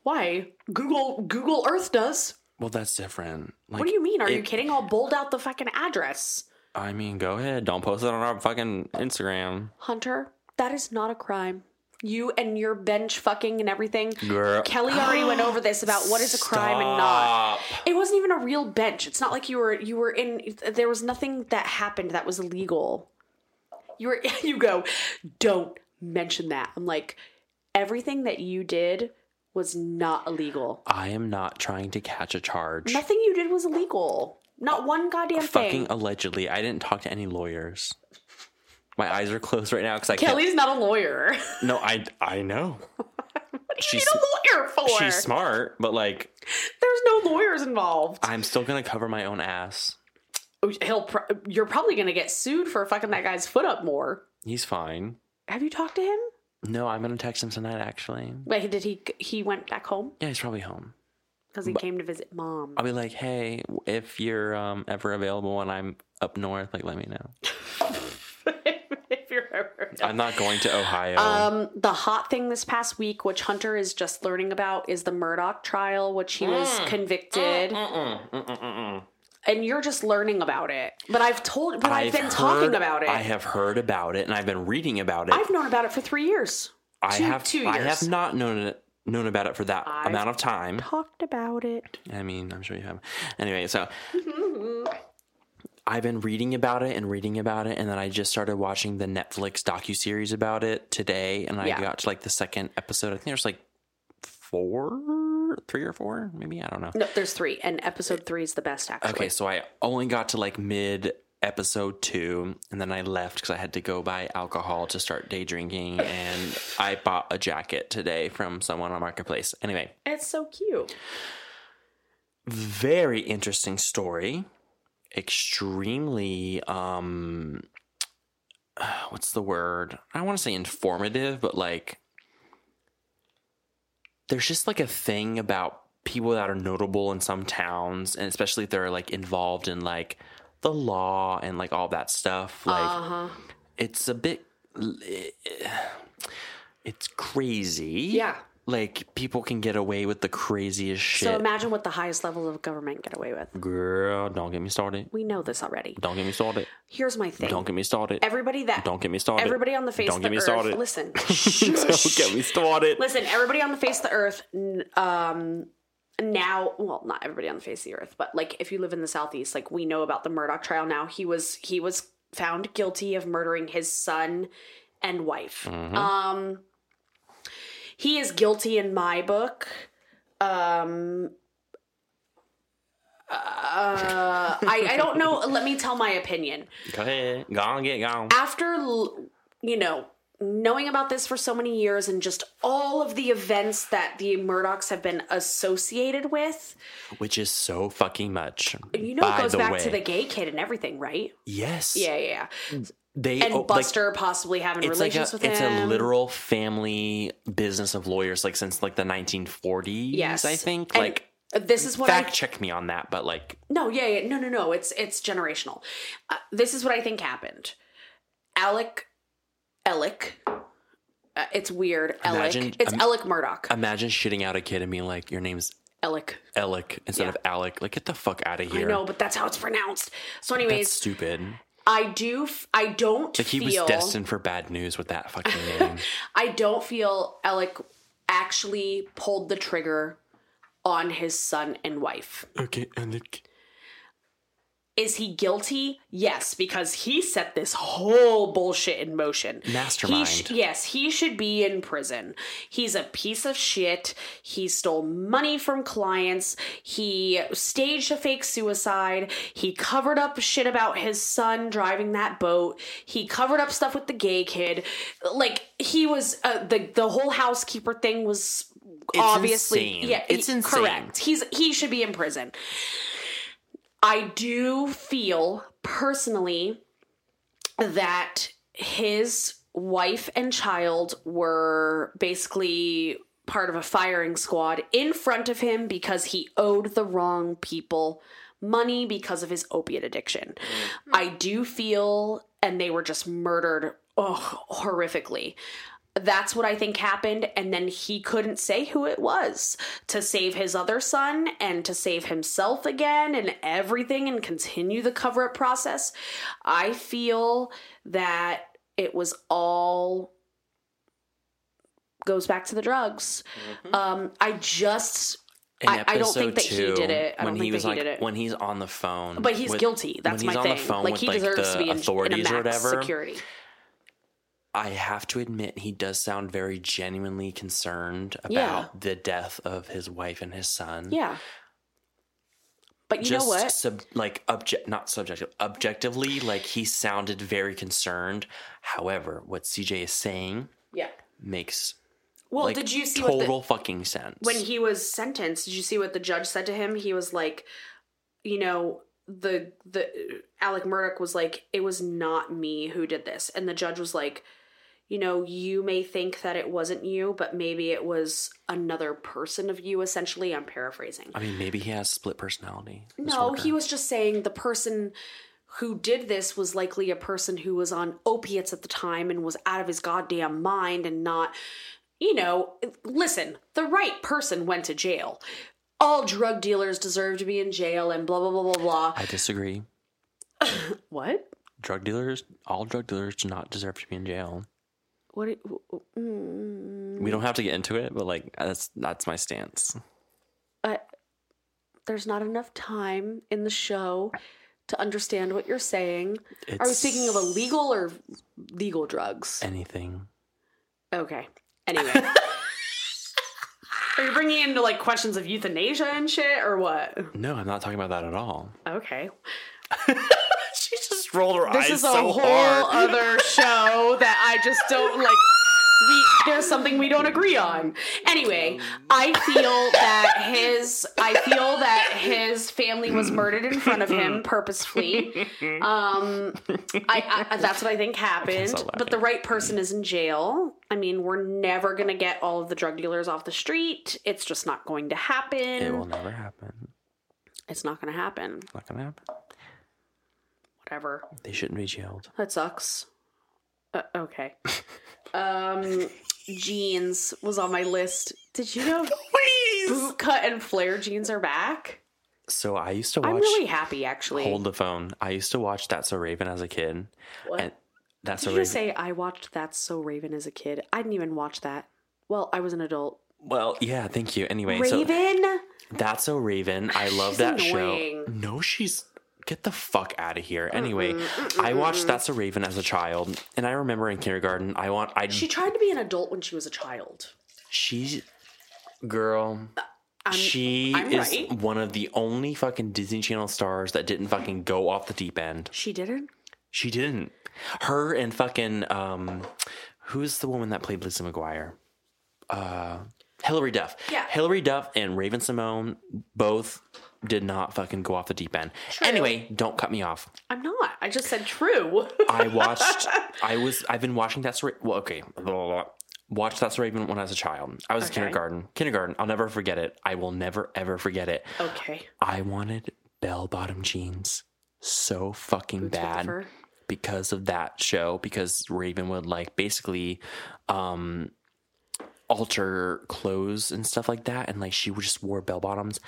[SPEAKER 1] Why? Google Google Earth does.
[SPEAKER 2] Well, that's different. Like,
[SPEAKER 1] What do you mean? Are you
[SPEAKER 2] it-
[SPEAKER 1] kidding? I'll bold out the fucking address,
[SPEAKER 2] I mean, go ahead. Don't post it on our fucking Instagram,
[SPEAKER 1] Hunter. That is not a crime. You and your bench fucking and everything.
[SPEAKER 2] girl.
[SPEAKER 1] Kelly already went over this about what is a crime and not.
[SPEAKER 2] Stop.
[SPEAKER 1] It wasn't even a real bench. It's not like you were you were in there was nothing that happened that was illegal. You were [LAUGHS] you go, don't mention that. I'm like, everything that you did was not illegal.
[SPEAKER 2] I am not trying to catch a charge.
[SPEAKER 1] Nothing you did was illegal. Not one goddamn
[SPEAKER 2] Fucking
[SPEAKER 1] thing.
[SPEAKER 2] allegedly. I didn't talk to any lawyers. My eyes are closed right now because I
[SPEAKER 1] Kelly's not a lawyer. [LAUGHS]
[SPEAKER 2] can't. No, I I know. she's
[SPEAKER 1] Need a lawyer for
[SPEAKER 2] she's smart, but like
[SPEAKER 1] There's no lawyers involved. Oh,
[SPEAKER 2] I'm still gonna cover my own ass.
[SPEAKER 1] He'll pro- you're probably gonna get sued for fucking that guy's foot up more.
[SPEAKER 2] He's fine.
[SPEAKER 1] Have you talked to him?
[SPEAKER 2] No, I'm gonna text him tonight. Actually,
[SPEAKER 1] Wait, did he he went back home
[SPEAKER 2] yeah, he's probably home.
[SPEAKER 1] because he came to visit mom?
[SPEAKER 2] I'll be like, hey, if you're um ever available when I'm up north, like let me know.
[SPEAKER 1] [LAUGHS] if you're ever.
[SPEAKER 2] I'm not going to Ohio.
[SPEAKER 1] Um, the hot thing this past week, which Hunter is just learning about, is the Murdoch trial, which he was convicted, mm,
[SPEAKER 2] Mm-mm, mm-mm, mm-mm.
[SPEAKER 1] and you're just learning about it. But I've told, but I've, been talking
[SPEAKER 2] heard-
[SPEAKER 1] about it.
[SPEAKER 2] I
[SPEAKER 1] I
[SPEAKER 2] have heard about it, and I've been reading about it.
[SPEAKER 1] have known about it for three years.
[SPEAKER 2] I
[SPEAKER 1] two-
[SPEAKER 2] have.
[SPEAKER 1] two
[SPEAKER 2] I
[SPEAKER 1] years.
[SPEAKER 2] have not known it, known about it for that
[SPEAKER 1] I've-
[SPEAKER 2] amount of time.
[SPEAKER 1] Talked about it.
[SPEAKER 2] I mean, I'm sure you have.
[SPEAKER 1] [LAUGHS]
[SPEAKER 2] Anyway, so I've been reading about it and reading about it, and then I just started watching the Netflix docu series about it today, and I
[SPEAKER 1] Yeah.
[SPEAKER 2] got to like the second episode. I think there's like four, three or four, maybe I don't know.
[SPEAKER 1] No, there's three, and episode three is the best. Actually,
[SPEAKER 2] Okay, so I only got to like mid episode two, and then I left because I had to go buy alcohol to start day drinking, and I bought a jacket today from someone on Marketplace. Anyway,
[SPEAKER 1] it's so cute.
[SPEAKER 2] very interesting story extremely um what's the word i don't want to say informative but like there's just like a thing about people that are notable in some towns and especially if they're like involved in like the law and like all that stuff like
[SPEAKER 1] Uh huh.
[SPEAKER 2] it's a bit eh, it's crazy
[SPEAKER 1] Yeah.
[SPEAKER 2] like people can get away with the craziest shit
[SPEAKER 1] So imagine what the highest level of government get away with.
[SPEAKER 2] Girl, don't get me started.
[SPEAKER 1] We know this already.
[SPEAKER 2] Don't get me started.
[SPEAKER 1] Here's my thing.
[SPEAKER 2] Don't get me started.
[SPEAKER 1] everybody that
[SPEAKER 2] Don't get me started. [LAUGHS]
[SPEAKER 1] everybody on the face
[SPEAKER 2] Don't
[SPEAKER 1] of
[SPEAKER 2] get
[SPEAKER 1] the
[SPEAKER 2] me
[SPEAKER 1] earth.
[SPEAKER 2] started.
[SPEAKER 1] Listen,
[SPEAKER 2] [LAUGHS] don't get me started.
[SPEAKER 1] listen. Everybody on the face of the earth. n- Um, now, well, not everybody on the face of the earth, but like if you live in the southeast, like we know about the Murdoch trial. Now he was he was found guilty of murdering his son and wife. Um, he is guilty in my book. Um. Uh, I, I don't know. Let me tell my opinion
[SPEAKER 2] Go ahead. Go on, get gone.
[SPEAKER 1] after l- you know knowing about this for so many years and just all of the events that the Murdochs have been associated with,
[SPEAKER 2] Which is so fucking much.
[SPEAKER 1] you know,
[SPEAKER 2] by
[SPEAKER 1] it goes
[SPEAKER 2] the
[SPEAKER 1] back
[SPEAKER 2] way.
[SPEAKER 1] to the gay kid and everything, right?
[SPEAKER 2] yes.
[SPEAKER 1] Yeah, yeah. yeah.
[SPEAKER 2] They
[SPEAKER 1] And
[SPEAKER 2] oh, like,
[SPEAKER 1] Buster possibly having
[SPEAKER 2] it's like a,
[SPEAKER 1] relations
[SPEAKER 2] it's
[SPEAKER 1] with him.
[SPEAKER 2] a literal family business of lawyers, like since like the 1940s.
[SPEAKER 1] yes,
[SPEAKER 2] I think.
[SPEAKER 1] And
[SPEAKER 2] like,
[SPEAKER 1] this is what I
[SPEAKER 2] fact check me on that, but like,
[SPEAKER 1] No, yeah, yeah, no, no, no. It's it's generational. Uh, this is what I think happened. Alec, Alec. Uh, it's weird. Alec.
[SPEAKER 2] Imagine-
[SPEAKER 1] it's
[SPEAKER 2] im-
[SPEAKER 1] Alec Murdoch.
[SPEAKER 2] imagine shitting out a kid and being like, "Your name's
[SPEAKER 1] Alec.
[SPEAKER 2] Alec" instead
[SPEAKER 1] Yeah.
[SPEAKER 2] of Alec. Like, get the fuck out of
[SPEAKER 1] I
[SPEAKER 2] here.
[SPEAKER 1] know, but that's how it's pronounced. So, anyways,
[SPEAKER 2] That's stupid.
[SPEAKER 1] I do. f- I don't
[SPEAKER 2] Like he was
[SPEAKER 1] feel.
[SPEAKER 2] destined for bad news with that fucking name.
[SPEAKER 1] I don't feel Alec actually pulled the trigger on his son and wife.
[SPEAKER 2] okay, Alec.
[SPEAKER 1] Is he guilty? Yes, because he set this whole bullshit in motion.
[SPEAKER 2] Mastermind.
[SPEAKER 1] He sh- yes, he should be in prison. He's a piece of shit. He stole money from clients. He staged a fake suicide. He covered up shit about his son driving that boat. He covered up stuff with the gay kid. Like he was uh, the the whole housekeeper thing was obviously
[SPEAKER 2] insane.
[SPEAKER 1] yeah
[SPEAKER 2] It's insane.
[SPEAKER 1] correct. He's he should be in prison. I do feel personally that his wife and child were basically part of a firing squad in front of him because he owed the wrong people money because of his opiate addiction.
[SPEAKER 2] Mm.
[SPEAKER 1] I do feel, and they were just murdered oh, horrifically. That's what I think happened. And then he couldn't say who it was to save his other son and to save himself again and everything and continue the cover up process. I feel that it was all goes back to the drugs.
[SPEAKER 2] Mm-hmm.
[SPEAKER 1] Um, I just,
[SPEAKER 2] In
[SPEAKER 1] I- I don't think
[SPEAKER 2] episode
[SPEAKER 1] that he did it. I
[SPEAKER 2] when
[SPEAKER 1] don't think
[SPEAKER 2] he was
[SPEAKER 1] that he
[SPEAKER 2] like
[SPEAKER 1] did it.
[SPEAKER 2] when he's on the phone,
[SPEAKER 1] but he's
[SPEAKER 2] with-
[SPEAKER 1] guilty. That's
[SPEAKER 2] when he's
[SPEAKER 1] my
[SPEAKER 2] on
[SPEAKER 1] thing.
[SPEAKER 2] the phone
[SPEAKER 1] like
[SPEAKER 2] with
[SPEAKER 1] he
[SPEAKER 2] like
[SPEAKER 1] deserves
[SPEAKER 2] the
[SPEAKER 1] to be in, in a
[SPEAKER 2] authorities
[SPEAKER 1] max
[SPEAKER 2] or whatever.
[SPEAKER 1] security.
[SPEAKER 2] I have to admit, he does sound very genuinely concerned about
[SPEAKER 1] Yeah.
[SPEAKER 2] the death of his wife and his son.
[SPEAKER 1] Yeah. But you
[SPEAKER 2] Just
[SPEAKER 1] know what?
[SPEAKER 2] Sub, like object, not subjective, objectively, like he sounded very concerned. However, what CJ is saying
[SPEAKER 1] Yeah.
[SPEAKER 2] makes
[SPEAKER 1] Well,
[SPEAKER 2] like
[SPEAKER 1] did you see what the,
[SPEAKER 2] total fucking sense.
[SPEAKER 1] when he was sentenced did you see what the judge said to him he was like you know the the alec murdoch was like it was not me who did this and the judge was like you know you may think that it wasn't you but maybe it was another person of you essentially i'm paraphrasing
[SPEAKER 2] I mean, maybe he has split personality. This
[SPEAKER 1] no
[SPEAKER 2] worker.
[SPEAKER 1] he was just saying the person who did this was likely a person who was on opiates at the time and was out of his goddamn mind and not you know, listen, the right person went to jail. All drug dealers deserve to be in jail and blah, blah, blah, blah, blah.
[SPEAKER 2] I disagree.
[SPEAKER 1] What?
[SPEAKER 2] Drug dealers, all drug dealers do not deserve to be in jail.
[SPEAKER 1] What? it- w- w- mm,
[SPEAKER 2] We don't have to get into it, but like that's that's my stance.
[SPEAKER 1] I, there's not enough time in the show to understand what you're saying. Are we
[SPEAKER 2] It's-
[SPEAKER 1] speaking of illegal or legal drugs?
[SPEAKER 2] Anything.
[SPEAKER 1] Okay. Anyway. [LAUGHS] Are you bringing into like questions of euthanasia and shit or what?
[SPEAKER 2] No, I'm not talking about that at all.
[SPEAKER 1] Okay.
[SPEAKER 2] She just rolled her
[SPEAKER 1] this is a whole
[SPEAKER 3] [LAUGHS]
[SPEAKER 1] other show that I just don't like. We, there's something we don't agree on. Anyway, I feel that his I feel that his family was murdered in front of him purposefully. Um, I, I that's what I think happened.
[SPEAKER 2] stop
[SPEAKER 1] But the right person is in jail. I mean, we're never gonna get all of the drug dealers off the street. It's just not going to happen.
[SPEAKER 2] It will never happen.
[SPEAKER 1] It's not gonna happen.
[SPEAKER 2] Not gonna happen.
[SPEAKER 1] Whatever.
[SPEAKER 2] They shouldn't be jailed.
[SPEAKER 1] That sucks. Uh,
[SPEAKER 2] [LAUGHS]
[SPEAKER 1] okay. um, jeans was on my list. Did you
[SPEAKER 2] [LAUGHS]
[SPEAKER 1] know
[SPEAKER 2] Please.
[SPEAKER 1] boot cut and flare jeans are back?
[SPEAKER 2] So I used to
[SPEAKER 1] I'm
[SPEAKER 2] watch
[SPEAKER 1] really happy, actually.
[SPEAKER 2] Hold the Phone. I used to watch That So Raven as a kid.
[SPEAKER 1] What?
[SPEAKER 2] And that's
[SPEAKER 1] Did
[SPEAKER 2] so
[SPEAKER 1] you
[SPEAKER 2] Raven.
[SPEAKER 1] just say I watched That's So Raven as a kid? I didn't even watch that. Well, I was an adult.
[SPEAKER 2] well, yeah, thank you. Anyway, so Hmm.
[SPEAKER 1] Raven?
[SPEAKER 2] That's So Raven.
[SPEAKER 1] [SIGHS]
[SPEAKER 2] I love
[SPEAKER 1] She's
[SPEAKER 2] that show.
[SPEAKER 1] annoying.
[SPEAKER 2] No, she's Get the fuck out of here. Anyway, I watched That's a Raven as a child, and I remember in kindergarten, I want I
[SPEAKER 1] She
[SPEAKER 2] she,
[SPEAKER 1] tried to be an adult when she was a child.
[SPEAKER 2] girl,
[SPEAKER 1] Uh, I'm,
[SPEAKER 2] she
[SPEAKER 1] I'm
[SPEAKER 2] is
[SPEAKER 1] right.
[SPEAKER 2] one of the only fucking Disney Channel stars that didn't fucking go off the deep end.
[SPEAKER 1] She didn't?
[SPEAKER 2] She didn't. Her and fucking um, who's the woman that played Lizzie McGuire? Uh, Hillary Duff.
[SPEAKER 1] Yeah.
[SPEAKER 2] Hillary Duff and Raven Simone both did not fucking go off the deep end. Anyway, don't cut me off.
[SPEAKER 1] I'm not. I just said true.
[SPEAKER 2] I watched. I was. I've been watching that. Sor- well, okay. Blah, blah, blah. Watched that story when I was a child. I was in
[SPEAKER 1] Okay.
[SPEAKER 2] kindergarten. Kindergarten. I'll never forget it. I will never ever forget it.
[SPEAKER 1] [LAUGHS] okay.
[SPEAKER 2] I wanted bell bottom jeans so fucking
[SPEAKER 1] With the
[SPEAKER 2] bad
[SPEAKER 1] fur.
[SPEAKER 2] because of that show because Raven would like basically um alter clothes and stuff like that and like she would just wore bell bottoms.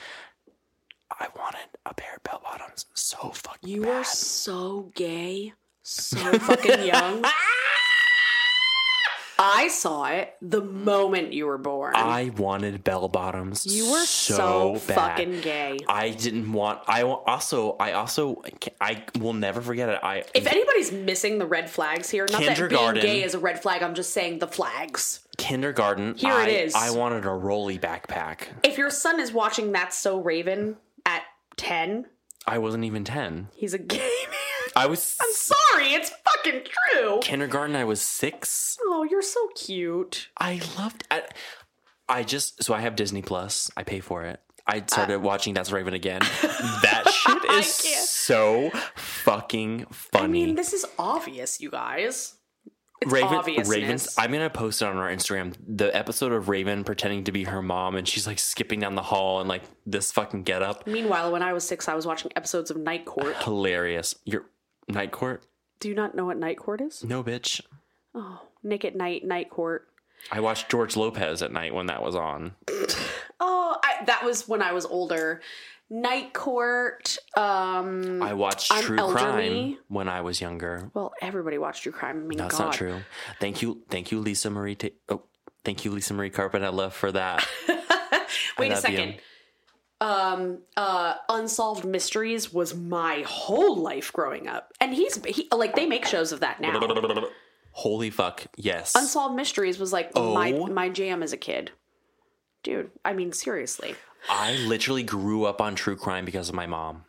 [SPEAKER 2] I wanted a pair of bell bottoms so fucking
[SPEAKER 1] You
[SPEAKER 2] bad.
[SPEAKER 1] are [LAUGHS] so gay, so fucking young. [LAUGHS] I saw it the moment you were born.
[SPEAKER 2] I wanted bell bottoms.
[SPEAKER 1] you were so,
[SPEAKER 2] so, bad.
[SPEAKER 1] fucking gay.
[SPEAKER 2] I didn't want. I wa- also. I also. I will never forget it. I.
[SPEAKER 1] If anybody's missing the red flags here, not that being
[SPEAKER 2] Kindergarten.
[SPEAKER 1] gay is a red flag, I'm just saying the flags.
[SPEAKER 2] kindergarten.
[SPEAKER 1] Here it
[SPEAKER 2] I,
[SPEAKER 1] is.
[SPEAKER 2] I wanted a rolly backpack.
[SPEAKER 1] If your son is watching That's So Raven at 10,
[SPEAKER 2] I wasn't even ten.
[SPEAKER 1] he's a [LAUGHS] gay man.
[SPEAKER 2] I was
[SPEAKER 1] Sorry, it's fucking true.
[SPEAKER 2] kindergarten. I was six.
[SPEAKER 1] Oh, you're so cute.
[SPEAKER 2] I loved. I, I just so I have Disney Plus. I pay for it. I started watching That's
[SPEAKER 1] [LAUGHS]
[SPEAKER 2] Raven again. That shit
[SPEAKER 1] Uh, I
[SPEAKER 2] is
[SPEAKER 1] can't.
[SPEAKER 2] so fucking funny.
[SPEAKER 1] I mean, this is obvious, you guys. It's obviousness.
[SPEAKER 2] Raven's. I'm gonna post it on our Instagram. The episode of Raven pretending to be her mom, and she's like skipping down the hall and like this fucking get up.
[SPEAKER 1] Meanwhile, when I was six, I was watching episodes of Night Court.
[SPEAKER 2] Hilarious. Your night court?
[SPEAKER 1] Do you not know what Night Court is?
[SPEAKER 2] No, bitch.
[SPEAKER 1] Oh, Nick at Night, Night Court.
[SPEAKER 2] I watched George Lopez at night when that was on.
[SPEAKER 1] Oh, I, that was when I was older. Night Court. Um,
[SPEAKER 2] I watched
[SPEAKER 1] I'm
[SPEAKER 2] True
[SPEAKER 1] elderly.
[SPEAKER 2] Crime when I was younger.
[SPEAKER 1] well, everybody watched True Crime. I mean,
[SPEAKER 2] That's
[SPEAKER 1] God.
[SPEAKER 2] not true. Thank you, thank you, Lisa Marie. Ta- oh, thank you, Lisa Marie Carpinella,
[SPEAKER 1] [LAUGHS]
[SPEAKER 2] for that.
[SPEAKER 1] [LAUGHS] Wait a
[SPEAKER 2] love you.
[SPEAKER 1] second. Um, uh, Unsolved Mysteries was my whole life growing up, and he's he, like they make shows of that now.
[SPEAKER 2] Holy fuck! Yes.
[SPEAKER 1] Unsolved Mysteries was like my
[SPEAKER 2] Oh.
[SPEAKER 1] my jam as a kid, dude. I mean, seriously.
[SPEAKER 2] I literally grew up on true crime because of my mom.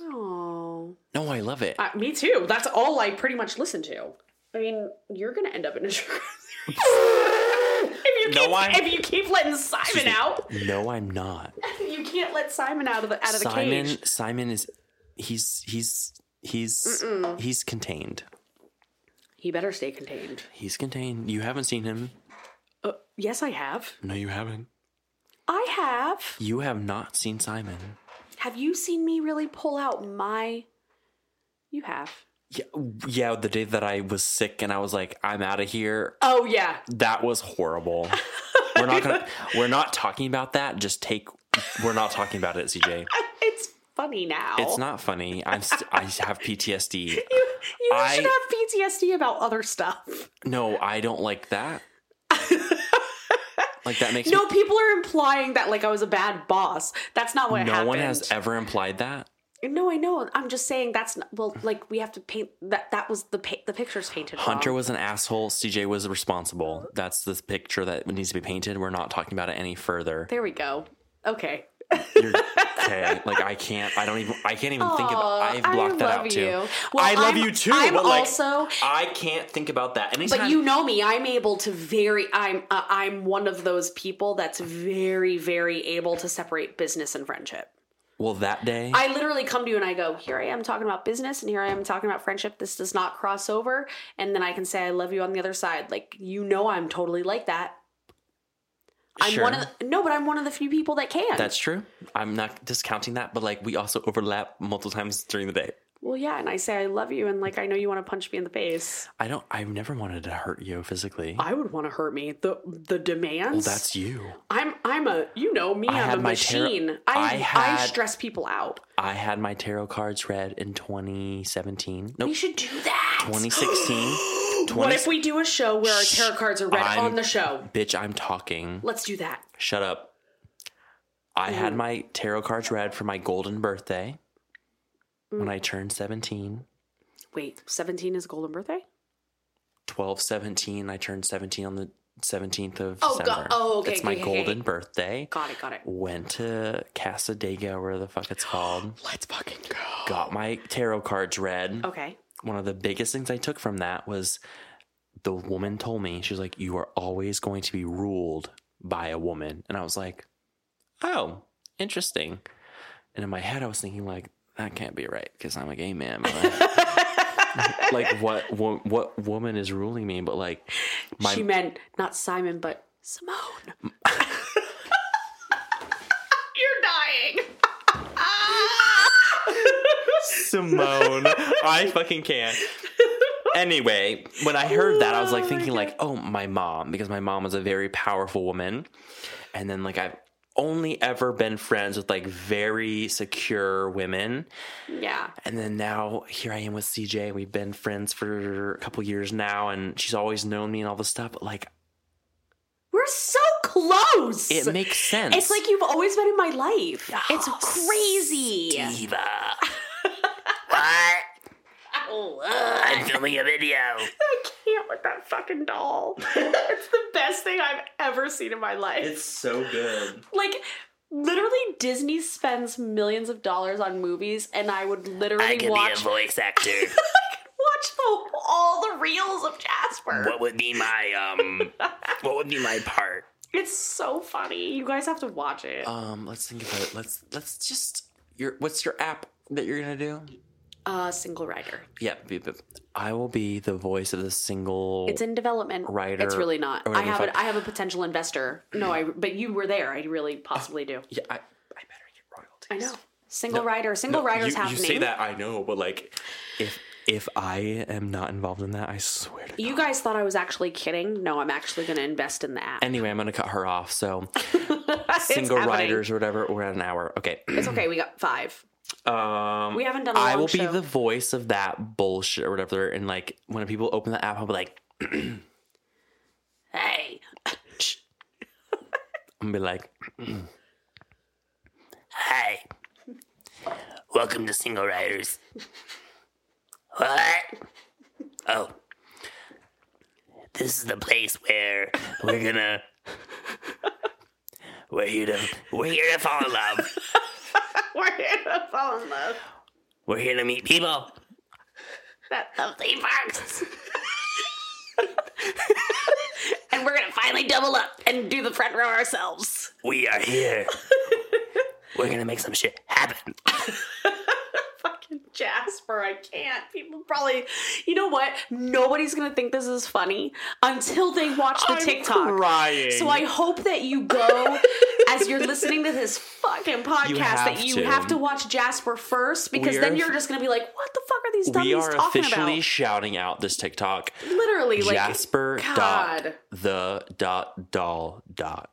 [SPEAKER 1] Oh,
[SPEAKER 2] No, I love it.
[SPEAKER 1] uh, me too. That's all I pretty much listen to. I mean, you're gonna end up in a [LAUGHS] true crime series. if you
[SPEAKER 2] No,
[SPEAKER 1] keep,
[SPEAKER 2] I'm-
[SPEAKER 1] if you keep letting Simon out,
[SPEAKER 2] no, I'm not.
[SPEAKER 1] you can't let Simon out of the out of the
[SPEAKER 2] Simon.
[SPEAKER 1] cage.
[SPEAKER 2] Simon is. He's he's he's he's contained.
[SPEAKER 1] He better stay contained.
[SPEAKER 2] He's contained. You haven't seen him.
[SPEAKER 1] Uh, yes, I have.
[SPEAKER 2] No, you haven't.
[SPEAKER 1] I have.
[SPEAKER 2] You have not seen Simon.
[SPEAKER 1] Have you seen me really pull out my? You have.
[SPEAKER 2] Yeah, yeah. The day that I was sick and I was like, I'm out of here.
[SPEAKER 1] Oh yeah.
[SPEAKER 2] That
[SPEAKER 1] [LAUGHS]
[SPEAKER 2] was horrible. we're not gonna. We're not talking about that. Just take. We're not talking about it, CJ.
[SPEAKER 1] It's funny now.
[SPEAKER 2] It's not funny. I'm. St- I have PTSD.
[SPEAKER 1] You, you
[SPEAKER 2] I-
[SPEAKER 1] should have PTSD about other stuff.
[SPEAKER 2] No, I don't like that. Like that makes me.
[SPEAKER 1] No, people are implying that like I was a bad boss. That's not what
[SPEAKER 2] no
[SPEAKER 1] happened.
[SPEAKER 2] one has ever implied that.
[SPEAKER 1] No, I know. I'm just saying that's not, well, like we have to paint that. That was the pa- the pictures painted.
[SPEAKER 2] Hunter
[SPEAKER 1] wrong.
[SPEAKER 2] was an asshole. CJ was responsible. That's the picture that needs to be painted. We're not talking about it any further.
[SPEAKER 1] There we go. Okay.
[SPEAKER 2] You're, okay, like I can't. I don't even. I can't even think
[SPEAKER 1] Aw,
[SPEAKER 2] about. I've blocked that
[SPEAKER 1] love
[SPEAKER 2] out too.
[SPEAKER 1] you.
[SPEAKER 2] I
[SPEAKER 1] Well,
[SPEAKER 2] love
[SPEAKER 1] I'm-
[SPEAKER 2] you too.
[SPEAKER 1] I'm
[SPEAKER 2] but like,
[SPEAKER 1] also-
[SPEAKER 2] I can't think about that. Anytime,
[SPEAKER 1] But you know me, I'm able to very I'm uh, I'm one of those people that's very very able to separate business and friendship.
[SPEAKER 2] Well, that day,
[SPEAKER 1] I literally come to you and I go, "Here I am talking about business and here I am talking about friendship. This does not cross over." And then I can say I love you on the other side. Like, you know I'm totally like that. I'm
[SPEAKER 2] Sure.
[SPEAKER 1] one of the, No, but I'm one of the few people that can.
[SPEAKER 2] that's true. I'm not discounting that, but like we also overlap multiple times during the day.
[SPEAKER 1] Well, yeah, and I say I love you and like I know you want to punch me in the face.
[SPEAKER 2] I don't. I've never wanted to hurt you physically.
[SPEAKER 1] I would want to hurt me. The the demands.
[SPEAKER 2] well, that's you.
[SPEAKER 1] I'm I'm a you know me.
[SPEAKER 2] I
[SPEAKER 1] I
[SPEAKER 2] had
[SPEAKER 1] am a
[SPEAKER 2] my tarot-
[SPEAKER 1] machine.
[SPEAKER 2] I
[SPEAKER 1] I I,
[SPEAKER 2] had-
[SPEAKER 1] stress people out.
[SPEAKER 2] I had my tarot cards read in 2017.
[SPEAKER 1] [GASPS]
[SPEAKER 2] Nope,
[SPEAKER 1] We should do that.
[SPEAKER 2] 2016.
[SPEAKER 1] [GASPS]
[SPEAKER 2] 20,
[SPEAKER 1] What if we do a show where our tarot cards are read
[SPEAKER 2] I'm-
[SPEAKER 1] on the show?
[SPEAKER 2] Bitch, I'm talking.
[SPEAKER 1] Let's do that.
[SPEAKER 2] Shut up. I had my tarot cards read for my golden birthday when I turned 17.
[SPEAKER 1] Wait, seventeen is golden birthday.
[SPEAKER 2] 12, 17. I turned 17 on the 17th of
[SPEAKER 1] Oh, God.
[SPEAKER 2] December.
[SPEAKER 1] Oh, okay,
[SPEAKER 2] It's
[SPEAKER 1] okay,
[SPEAKER 2] my
[SPEAKER 1] okay,
[SPEAKER 2] golden
[SPEAKER 1] okay.
[SPEAKER 2] birthday.
[SPEAKER 1] Got it. Got it.
[SPEAKER 2] Went to Casadega, where the fuck it's called.
[SPEAKER 1] [GASPS] Let's fucking go.
[SPEAKER 2] Got my tarot cards read.
[SPEAKER 1] Okay.
[SPEAKER 2] One of the biggest things I took from that was the woman told me, she was like, You are always going to be ruled by a woman. And I was like, Oh, interesting. And in my head, I was thinking, like, that can't be right because I'm a gay man. but, like- [LAUGHS] like, what, what what woman is ruling me? But like, my
[SPEAKER 1] she meant not Simon, but Simone. [LAUGHS]
[SPEAKER 2] [LAUGHS]
[SPEAKER 1] You're
[SPEAKER 2] [LAUGHS]
[SPEAKER 1] dying. [LAUGHS]
[SPEAKER 2] Simone, I fucking can't. Anyway, when I heard that, I was oh, like thinking, like, oh, my mom, because my mom was a very powerful woman, and then like I, only ever been friends with like very secure women.
[SPEAKER 1] Yeah.
[SPEAKER 2] And then now here I am with CJ. We've been friends for a couple years now, and she's always known me and all this stuff. But like,
[SPEAKER 1] We're so close.
[SPEAKER 2] it makes sense.
[SPEAKER 1] it's like you've always been in my life. It's crazy.
[SPEAKER 3] Diva. what?
[SPEAKER 1] I
[SPEAKER 3] I'm filming a video.
[SPEAKER 1] can't with that fucking doll. [LAUGHS] it's the best thing I've ever seen in my life.
[SPEAKER 2] so good.
[SPEAKER 1] like literally Disney spends millions of dollars on movies and I would
[SPEAKER 3] I
[SPEAKER 1] literally
[SPEAKER 3] could
[SPEAKER 1] [LAUGHS]
[SPEAKER 3] be
[SPEAKER 1] watch
[SPEAKER 3] a voice actor.
[SPEAKER 1] watch the, all the reels of Jasper.
[SPEAKER 3] what would be my um? What would be my part?
[SPEAKER 1] It's so funny. You guys have to watch it.
[SPEAKER 2] Um, let's think about it. Let's let's just your what's your app that you're gonna do?
[SPEAKER 1] Uh single rider.
[SPEAKER 2] Yeah, beep, beep. I will be the voice of the single.
[SPEAKER 1] It's in development.
[SPEAKER 2] Writer
[SPEAKER 1] It's really not.
[SPEAKER 2] or
[SPEAKER 1] I
[SPEAKER 2] whatever
[SPEAKER 1] have
[SPEAKER 2] the
[SPEAKER 1] a,
[SPEAKER 2] fuck.
[SPEAKER 1] I have a potential investor. No, I but you were there. I really possibly
[SPEAKER 2] [LAUGHS]
[SPEAKER 1] do.
[SPEAKER 2] yeah, I, I better get royalties.
[SPEAKER 1] I know. Single rider. Single
[SPEAKER 2] No,
[SPEAKER 1] rider's
[SPEAKER 2] you,
[SPEAKER 1] happening.
[SPEAKER 2] You say that I know, but like, if if I am not involved in that, I swear to.
[SPEAKER 1] You guys thought I was actually kidding. No, I'm actually going to invest in the app.
[SPEAKER 2] Anyway, I'm gonna cut her off. So
[SPEAKER 1] [LAUGHS] It's
[SPEAKER 2] single
[SPEAKER 1] happening.
[SPEAKER 2] riders or whatever. We're at an hour. Okay.
[SPEAKER 1] It's okay. We got five.
[SPEAKER 2] Um,
[SPEAKER 1] We haven't done. a
[SPEAKER 2] I
[SPEAKER 1] long
[SPEAKER 2] will
[SPEAKER 1] show.
[SPEAKER 2] be the voice of that bullshit or whatever. And like, when people open the app, I'll be like,
[SPEAKER 1] hey. [LAUGHS]
[SPEAKER 2] I'm gonna be like,
[SPEAKER 3] Hi. Welcome to Single Riders. What? Oh. This is the place where we're gonna. We're here to. We're here to fall in love.
[SPEAKER 1] We're here to fall in love.
[SPEAKER 3] We're here to meet people.
[SPEAKER 1] That lovely
[SPEAKER 2] [LAUGHS]
[SPEAKER 1] [LAUGHS] box.
[SPEAKER 3] And we're gonna finally double up.
[SPEAKER 1] and do the front row ourselves.
[SPEAKER 3] We are here. we're gonna make some shit happen.
[SPEAKER 1] Fucking Jasper, I can't. People probably, you know what? Nobody's gonna think this is funny until they watch the TikTok.
[SPEAKER 2] crying.
[SPEAKER 1] So I hope that you
[SPEAKER 2] [LAUGHS]
[SPEAKER 1] go as you're listening to this fucking podcast that
[SPEAKER 2] have
[SPEAKER 1] you
[SPEAKER 2] to.
[SPEAKER 1] have to watch Jasper first because
[SPEAKER 2] We
[SPEAKER 1] then
[SPEAKER 2] are-
[SPEAKER 1] you're just gonna be like, what the fuck are these
[SPEAKER 2] we
[SPEAKER 1] dummies
[SPEAKER 2] are
[SPEAKER 1] talking
[SPEAKER 2] officially
[SPEAKER 1] about?
[SPEAKER 2] shouting out this TikTok.
[SPEAKER 1] Literally, like
[SPEAKER 2] Jasper
[SPEAKER 1] God.
[SPEAKER 2] dot the dot doll dot.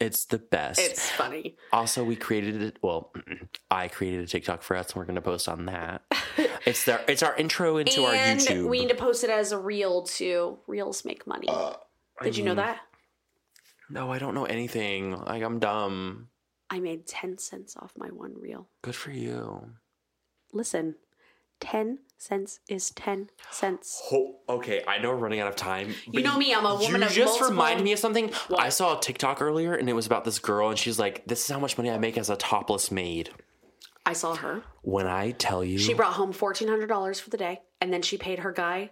[SPEAKER 2] It's the best.
[SPEAKER 1] It's funny.
[SPEAKER 2] Also, we created it. Well, [CLEARS THROAT] I created a TikTok for us, and we're going to post
[SPEAKER 1] [LAUGHS]
[SPEAKER 2] on that. it's our it's our intro into our
[SPEAKER 1] and
[SPEAKER 2] YouTube. Uh,
[SPEAKER 1] we need to post it as a reel too. Reels make money. Did
[SPEAKER 2] mm.
[SPEAKER 1] you know that?
[SPEAKER 2] no, I don't know anything. Like I'm dumb.
[SPEAKER 1] I made 10 cents off my one reel.
[SPEAKER 2] Good for you.
[SPEAKER 1] Listen, 10 cents is 10 cents.
[SPEAKER 2] Oh, okay, I know we're running out of time. but
[SPEAKER 1] know me, I'm a woman
[SPEAKER 2] You
[SPEAKER 1] of
[SPEAKER 2] just
[SPEAKER 1] multiple-
[SPEAKER 2] remind me of something. I saw a TikTok earlier, and it was about this girl, and she's like, "This is how much money I make as a topless maid."
[SPEAKER 1] I saw her.
[SPEAKER 2] When I tell you,
[SPEAKER 1] She brought home $1,400 for the day and then she paid her guy.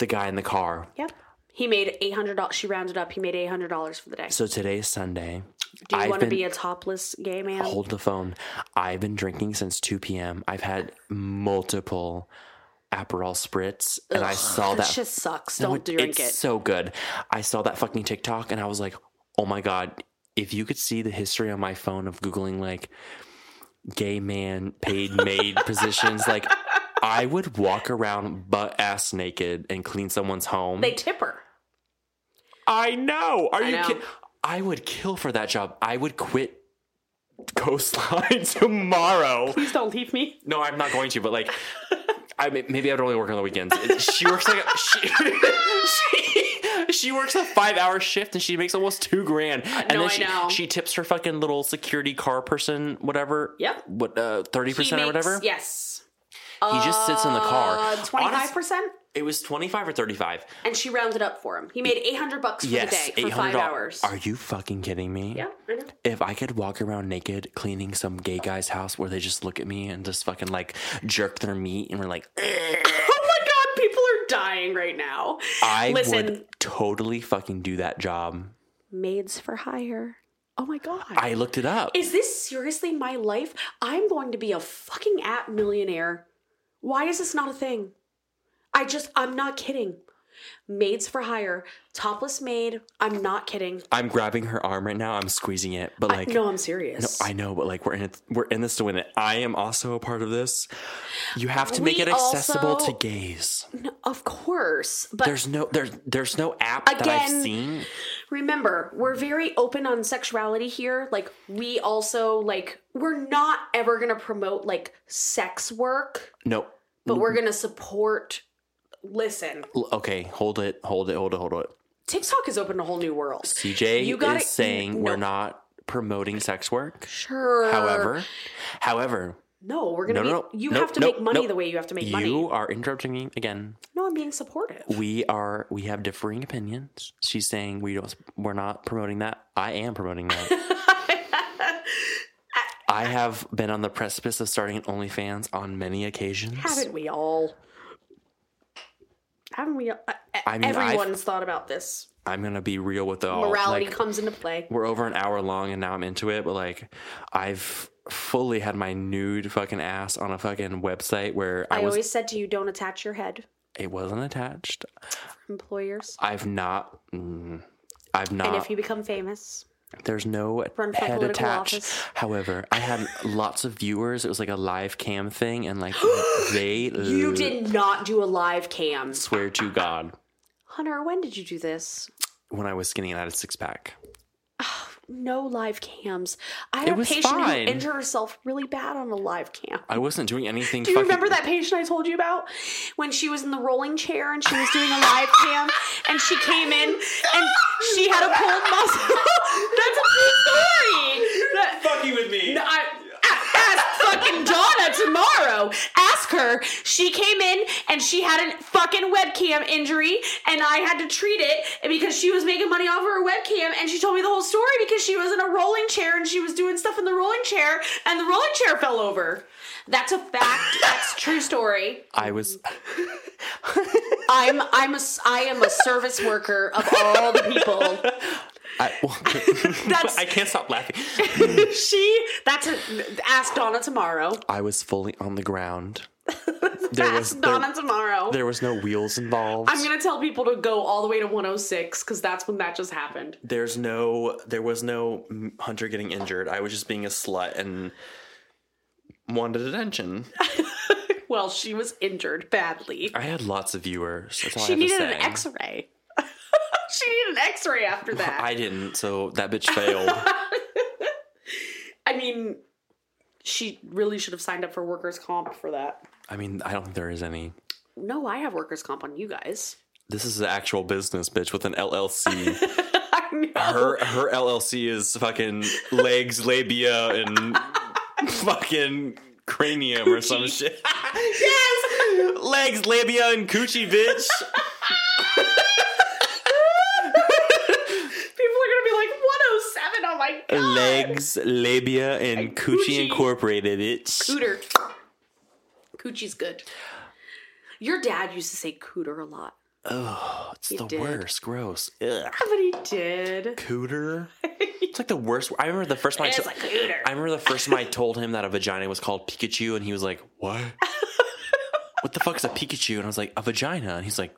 [SPEAKER 2] the guy in the car.
[SPEAKER 1] Yep. He made $800. She rounded up. He made $800 for the day.
[SPEAKER 2] So today's Sunday.
[SPEAKER 1] Do you
[SPEAKER 2] I've
[SPEAKER 1] want to
[SPEAKER 2] been-
[SPEAKER 1] be a topless gay man?
[SPEAKER 2] hold the phone. I've been drinking since 2 p.m. I've had multiple Aperol spritz, and I saw
[SPEAKER 1] that
[SPEAKER 2] that.
[SPEAKER 1] shit sucks.
[SPEAKER 2] No,
[SPEAKER 1] Don't
[SPEAKER 2] it-
[SPEAKER 1] drink
[SPEAKER 2] it's
[SPEAKER 1] it.
[SPEAKER 2] so good. I saw that fucking TikTok, and I was like, oh my god, if you could see the history on my phone of googling like gay man paid
[SPEAKER 1] [LAUGHS]
[SPEAKER 2] maid positions, like I would walk around butt ass naked and clean someone's home.
[SPEAKER 1] they tip her.
[SPEAKER 2] I know. Are you
[SPEAKER 1] know.
[SPEAKER 2] kidding? I would kill for that job. I would quit coastline [LAUGHS] tomorrow.
[SPEAKER 1] Please don't leave [LAUGHS] me.
[SPEAKER 2] No, I'm not going to. But like, I may- maybe I'd only work on the weekends. She works like a, she, [LAUGHS] she she works a five hour shift and she makes almost two grand. And
[SPEAKER 1] no, I
[SPEAKER 2] she,
[SPEAKER 1] know.
[SPEAKER 2] she tips her fucking little security car person, whatever.
[SPEAKER 1] Yep.
[SPEAKER 2] What uh, thirty
[SPEAKER 1] He
[SPEAKER 2] percent or
[SPEAKER 1] makes-
[SPEAKER 2] whatever?
[SPEAKER 1] Yes.
[SPEAKER 2] He just sits in the car.
[SPEAKER 1] Uh,
[SPEAKER 2] Honest-
[SPEAKER 1] 25%?
[SPEAKER 2] it was twenty five or thirty five.
[SPEAKER 1] and she rounded up for him. He made 800 bucks for
[SPEAKER 2] Yes,
[SPEAKER 1] the day
[SPEAKER 2] eight
[SPEAKER 1] for five
[SPEAKER 2] hundred
[SPEAKER 1] hours.
[SPEAKER 2] dollars. Are you fucking kidding me?
[SPEAKER 1] yeah, I know.
[SPEAKER 2] if I could walk around naked cleaning some gay guy's house where they just look at me and just fucking like jerk their meat and we're like,
[SPEAKER 1] Oh my god, people are dying right now.
[SPEAKER 2] I
[SPEAKER 1] Listen.
[SPEAKER 2] would totally fucking do that job.
[SPEAKER 1] Maids for hire. Oh my god.
[SPEAKER 2] I looked it up.
[SPEAKER 1] is this seriously my life? I'm going to be a fucking app millionaire. Why is this not a thing? I just I'm not kidding. Maids for Hire, topless maid. I'm not kidding.
[SPEAKER 2] I'm grabbing her arm right now. I'm squeezing it, but like,
[SPEAKER 1] I, no, I'm serious.
[SPEAKER 2] I know, but like we're in it, we're in this to win it. I am also a part of this. You have to make
[SPEAKER 1] We
[SPEAKER 2] it accessible
[SPEAKER 1] also-
[SPEAKER 2] to gays.
[SPEAKER 1] No, of course, but
[SPEAKER 2] There's no there's there's no app that I've
[SPEAKER 1] Again-
[SPEAKER 2] seen.
[SPEAKER 1] remember, we're very open on sexuality here. Like we also like we're not ever going to promote like sex work,
[SPEAKER 2] No.
[SPEAKER 1] but we're going to support listen.
[SPEAKER 2] L- Okay, hold it, hold it, hold it, hold it.
[SPEAKER 1] TikTok has opened a whole new world.
[SPEAKER 2] CJ
[SPEAKER 1] You gotta-
[SPEAKER 2] is saying
[SPEAKER 1] no.
[SPEAKER 2] we're not promoting sex work.
[SPEAKER 1] Sure.
[SPEAKER 2] However, however,
[SPEAKER 1] no, we're going
[SPEAKER 2] No,
[SPEAKER 1] to be
[SPEAKER 2] no, no.
[SPEAKER 1] you
[SPEAKER 2] Nope,
[SPEAKER 1] have to
[SPEAKER 2] nope,
[SPEAKER 1] make money
[SPEAKER 2] nope.
[SPEAKER 1] the way you have to make money.
[SPEAKER 2] you are interrupting me again.
[SPEAKER 1] No, I'm being supportive.
[SPEAKER 2] We are we have differing opinions. She's saying we don't we're not promoting that. I am
[SPEAKER 1] [LAUGHS]
[SPEAKER 2] promoting that. I have been on the precipice of starting an OnlyFans on many occasions.
[SPEAKER 1] Haven't we all? Haven't we? all- I,
[SPEAKER 2] I mean, I've-
[SPEAKER 1] everyone's thought about this.
[SPEAKER 2] I'm gonna be real with the
[SPEAKER 1] Morality
[SPEAKER 2] Like,
[SPEAKER 1] comes into play.
[SPEAKER 2] we're over an hour long and now I'm into it, but like I've fully had my nude fucking ass on a fucking website where
[SPEAKER 1] I,
[SPEAKER 2] I, was
[SPEAKER 1] always said to you, don't attach your head,
[SPEAKER 2] it wasn't attached.
[SPEAKER 1] employers.
[SPEAKER 2] I've not mm, I've not
[SPEAKER 1] and if you become famous,
[SPEAKER 2] There's no
[SPEAKER 1] Run for
[SPEAKER 2] head
[SPEAKER 1] political
[SPEAKER 2] attached.
[SPEAKER 1] office.
[SPEAKER 2] However,
[SPEAKER 1] [LAUGHS]
[SPEAKER 2] I had lots of viewers. It was like a live cam thing,
[SPEAKER 1] [GASPS]
[SPEAKER 2] and like they
[SPEAKER 1] you did not do a live cam.
[SPEAKER 2] swear to God
[SPEAKER 1] Hunter, when did you do this?
[SPEAKER 2] when I was skinny and I had a six pack.
[SPEAKER 1] No live cams. I had
[SPEAKER 2] It
[SPEAKER 1] a
[SPEAKER 2] was
[SPEAKER 1] patient
[SPEAKER 2] fine.
[SPEAKER 1] who injured herself really bad on a live cam.
[SPEAKER 2] I wasn't doing anything.
[SPEAKER 1] Do you remember that patient I told you about when she was in the rolling chair and she was doing a live cam and she came in and she had a pulled muscle? [LAUGHS] That's a true story. That-
[SPEAKER 2] fucking with me?
[SPEAKER 1] no, I, ask fucking Donna tomorrow. Ask her. She came in and she had a fucking webcam injury, and I had to treat it because she was making money off of her webcam. And she told me the whole story because she was in a rolling chair and she was doing stuff in the rolling chair, and the rolling chair fell over. That's a fact. That's true story.
[SPEAKER 2] I was.
[SPEAKER 1] I'm I'm a s- I am a service worker of all the people.
[SPEAKER 2] I, [LAUGHS]
[SPEAKER 1] [LAUGHS]
[SPEAKER 2] well,
[SPEAKER 1] That's
[SPEAKER 2] [LAUGHS] I can't stop laughing.
[SPEAKER 1] [LAUGHS] she. That's a, ask Donna tomorrow.
[SPEAKER 2] I was fully on the ground.
[SPEAKER 1] [LAUGHS]
[SPEAKER 2] There was
[SPEAKER 1] ask
[SPEAKER 2] there,
[SPEAKER 1] Donna tomorrow.
[SPEAKER 2] there was no wheels involved.
[SPEAKER 1] I'm gonna tell people to go all the way to 106 because that's when that just happened.
[SPEAKER 2] There's no. There was no mm, Hunter getting injured. I was just being a slut and wanted attention.
[SPEAKER 1] Well, she was injured badly.
[SPEAKER 2] I had lots of viewers. That's all I
[SPEAKER 1] She
[SPEAKER 2] have to
[SPEAKER 1] needed
[SPEAKER 2] say.
[SPEAKER 1] an X-ray. [LAUGHS] she needed an X-ray after that. I,
[SPEAKER 2] I didn't, so that bitch failed. [LAUGHS]
[SPEAKER 1] mean, she really should have signed up for workers' comp for that.
[SPEAKER 2] I mean, I don't think there is any.
[SPEAKER 1] No, I have workers' comp on you guys. [LAUGHS]
[SPEAKER 2] This is an actual business, bitch, with an LLC.
[SPEAKER 1] I know.
[SPEAKER 2] [LAUGHS] Her her LLC is fucking legs, labia, and fucking cranium or some shit. [LAUGHS]
[SPEAKER 1] Yes.
[SPEAKER 2] legs, labia, and coochie,
[SPEAKER 1] [LAUGHS]
[SPEAKER 2] bitch.
[SPEAKER 1] People are gonna be like 107. Oh my god.
[SPEAKER 2] legs, labia, and coochie,
[SPEAKER 1] coochie.
[SPEAKER 2] incorporated, bitch.
[SPEAKER 1] Cooter. Coochie's good. Your dad used to say cooter a lot.
[SPEAKER 2] Oh, it's the
[SPEAKER 1] did. [LAUGHS]
[SPEAKER 2] worst. Gross. Ugh.
[SPEAKER 1] But he did.
[SPEAKER 2] Cooter. It's like the worst. I remember the first time. I
[SPEAKER 1] It's
[SPEAKER 2] took-
[SPEAKER 1] a cooter.
[SPEAKER 2] I remember the first time I told him that a vagina was called Pikachu, and he was like,
[SPEAKER 1] [LAUGHS]
[SPEAKER 2] "What? what the fuck is a Pikachu?" And I was like, "A vagina," and he's like,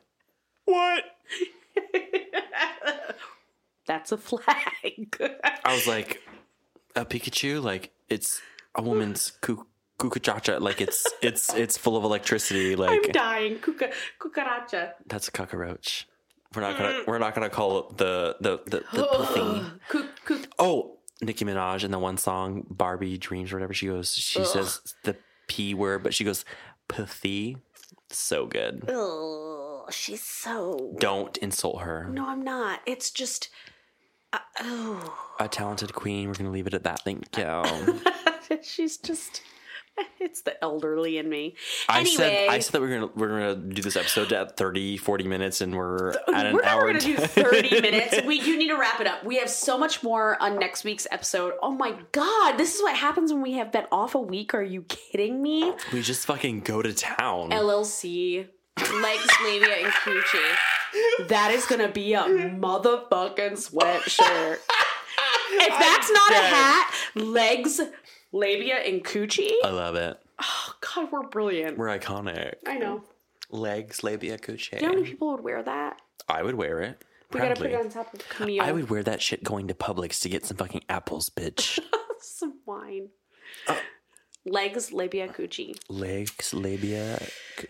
[SPEAKER 2] "What?"
[SPEAKER 1] [LAUGHS] That's a
[SPEAKER 2] [LAUGHS]
[SPEAKER 1] flag.
[SPEAKER 2] I was like, "A Pikachu? Like it's a woman's coo- cucaracha? Like it's it's it's full of electricity?
[SPEAKER 1] I'm
[SPEAKER 2] Like
[SPEAKER 1] dying. Cuca- cucaracha.
[SPEAKER 2] that's a cockroach. We're not gonna we're not gonna call it the the the,
[SPEAKER 1] [GASPS]
[SPEAKER 2] the, the thingy."
[SPEAKER 1] Ugh. Cu- cu-
[SPEAKER 2] Oh, Nicki Minaj in the one song Barbie Dreams or whatever she goes, she says the P word, but she goes pathy. So good.
[SPEAKER 1] Ugh, she's so.
[SPEAKER 2] Don't insult her.
[SPEAKER 1] No, I'm not. It's just. Uh, oh. [LAUGHS]
[SPEAKER 2] A talented queen. We're gonna leave it at that. Thank you.
[SPEAKER 1] she's just. It's the elderly in me.
[SPEAKER 2] I
[SPEAKER 1] Anyway.
[SPEAKER 2] said I said that we are gonna we are gonna do this episode at 30, 40 minutes, and we're at an
[SPEAKER 1] We're never
[SPEAKER 2] hour.
[SPEAKER 1] going
[SPEAKER 2] and
[SPEAKER 1] to do
[SPEAKER 2] [LAUGHS]
[SPEAKER 1] 30 minutes. We you need to wrap it up. We have so much more on next week's episode. Oh my god, this is what happens when we have been off a week. Are you kidding me?
[SPEAKER 2] we just fucking go to town.
[SPEAKER 1] LLC, legs, labia, and coochie. That is gonna be a motherfucking sweatshirt. If that's not a
[SPEAKER 2] dead.
[SPEAKER 1] hat, legs, labia, and coochie.
[SPEAKER 2] I love it.
[SPEAKER 1] Oh, God, we're brilliant.
[SPEAKER 2] We're iconic.
[SPEAKER 1] I know.
[SPEAKER 2] legs, labia, cuche.
[SPEAKER 1] You know how many people would wear that?
[SPEAKER 2] I would wear it.
[SPEAKER 1] We gotta put
[SPEAKER 2] Proudly.
[SPEAKER 1] it on top of Camille.
[SPEAKER 2] I would wear that shit going to Publix to get some fucking apples, bitch.
[SPEAKER 1] Some wine.
[SPEAKER 2] Uh,
[SPEAKER 1] Legs, labia, coochie.
[SPEAKER 2] legs, labia. cu-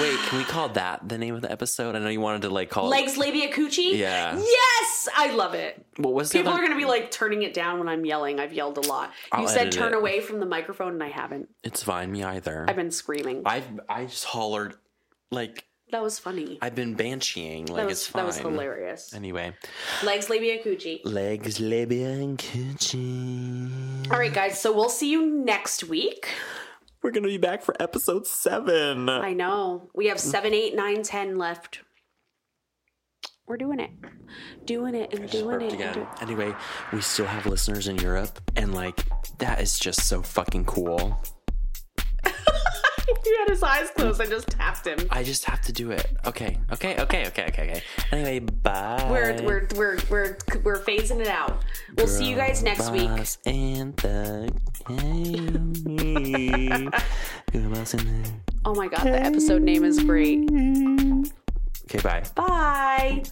[SPEAKER 2] Wait, can we call that the name of the episode? I know you wanted to like call it.
[SPEAKER 1] Legs, labia, coochie?
[SPEAKER 2] Oh. Yeah.
[SPEAKER 1] Yes! I love it.
[SPEAKER 2] What was the
[SPEAKER 1] People
[SPEAKER 2] other-
[SPEAKER 1] are gonna be like turning it down when I'm yelling. I've yelled a lot.
[SPEAKER 2] I'll
[SPEAKER 1] you said
[SPEAKER 2] edit
[SPEAKER 1] turn
[SPEAKER 2] it.
[SPEAKER 1] away from the microphone, and I haven't.
[SPEAKER 2] It's fine, me either.
[SPEAKER 1] I've been screaming.
[SPEAKER 2] I've I just hollered like
[SPEAKER 1] that was funny.
[SPEAKER 2] I've been bansheeing. Like
[SPEAKER 1] that,
[SPEAKER 2] it's
[SPEAKER 1] was,
[SPEAKER 2] fine.
[SPEAKER 1] that was hilarious.
[SPEAKER 2] Anyway,
[SPEAKER 1] Legs, labia, coochie.
[SPEAKER 2] legs, labia, and kitchen.
[SPEAKER 1] All right, guys. So we'll see you next week.
[SPEAKER 2] We're gonna be back for episode seven.
[SPEAKER 1] I know. We have seven, eight, nine, ten left. We're doing it. Doing it and doing it.
[SPEAKER 2] burped
[SPEAKER 1] and do-
[SPEAKER 2] again. Anyway, we still have listeners in Europe, and like that is just so fucking cool.
[SPEAKER 1] [LAUGHS] He had his eyes closed. I just tapped him.
[SPEAKER 2] I just have to do it. Okay, okay, okay, okay, okay, okay. Anyway, bye.
[SPEAKER 1] We're we're we're we're we're phasing it out. We'll see you guys next week.
[SPEAKER 2] Boss
[SPEAKER 1] [LAUGHS]
[SPEAKER 2] and the Gang. Girl boss and
[SPEAKER 1] Oh my god, the episode name is great.
[SPEAKER 2] the- Okay, bye.
[SPEAKER 1] Bye.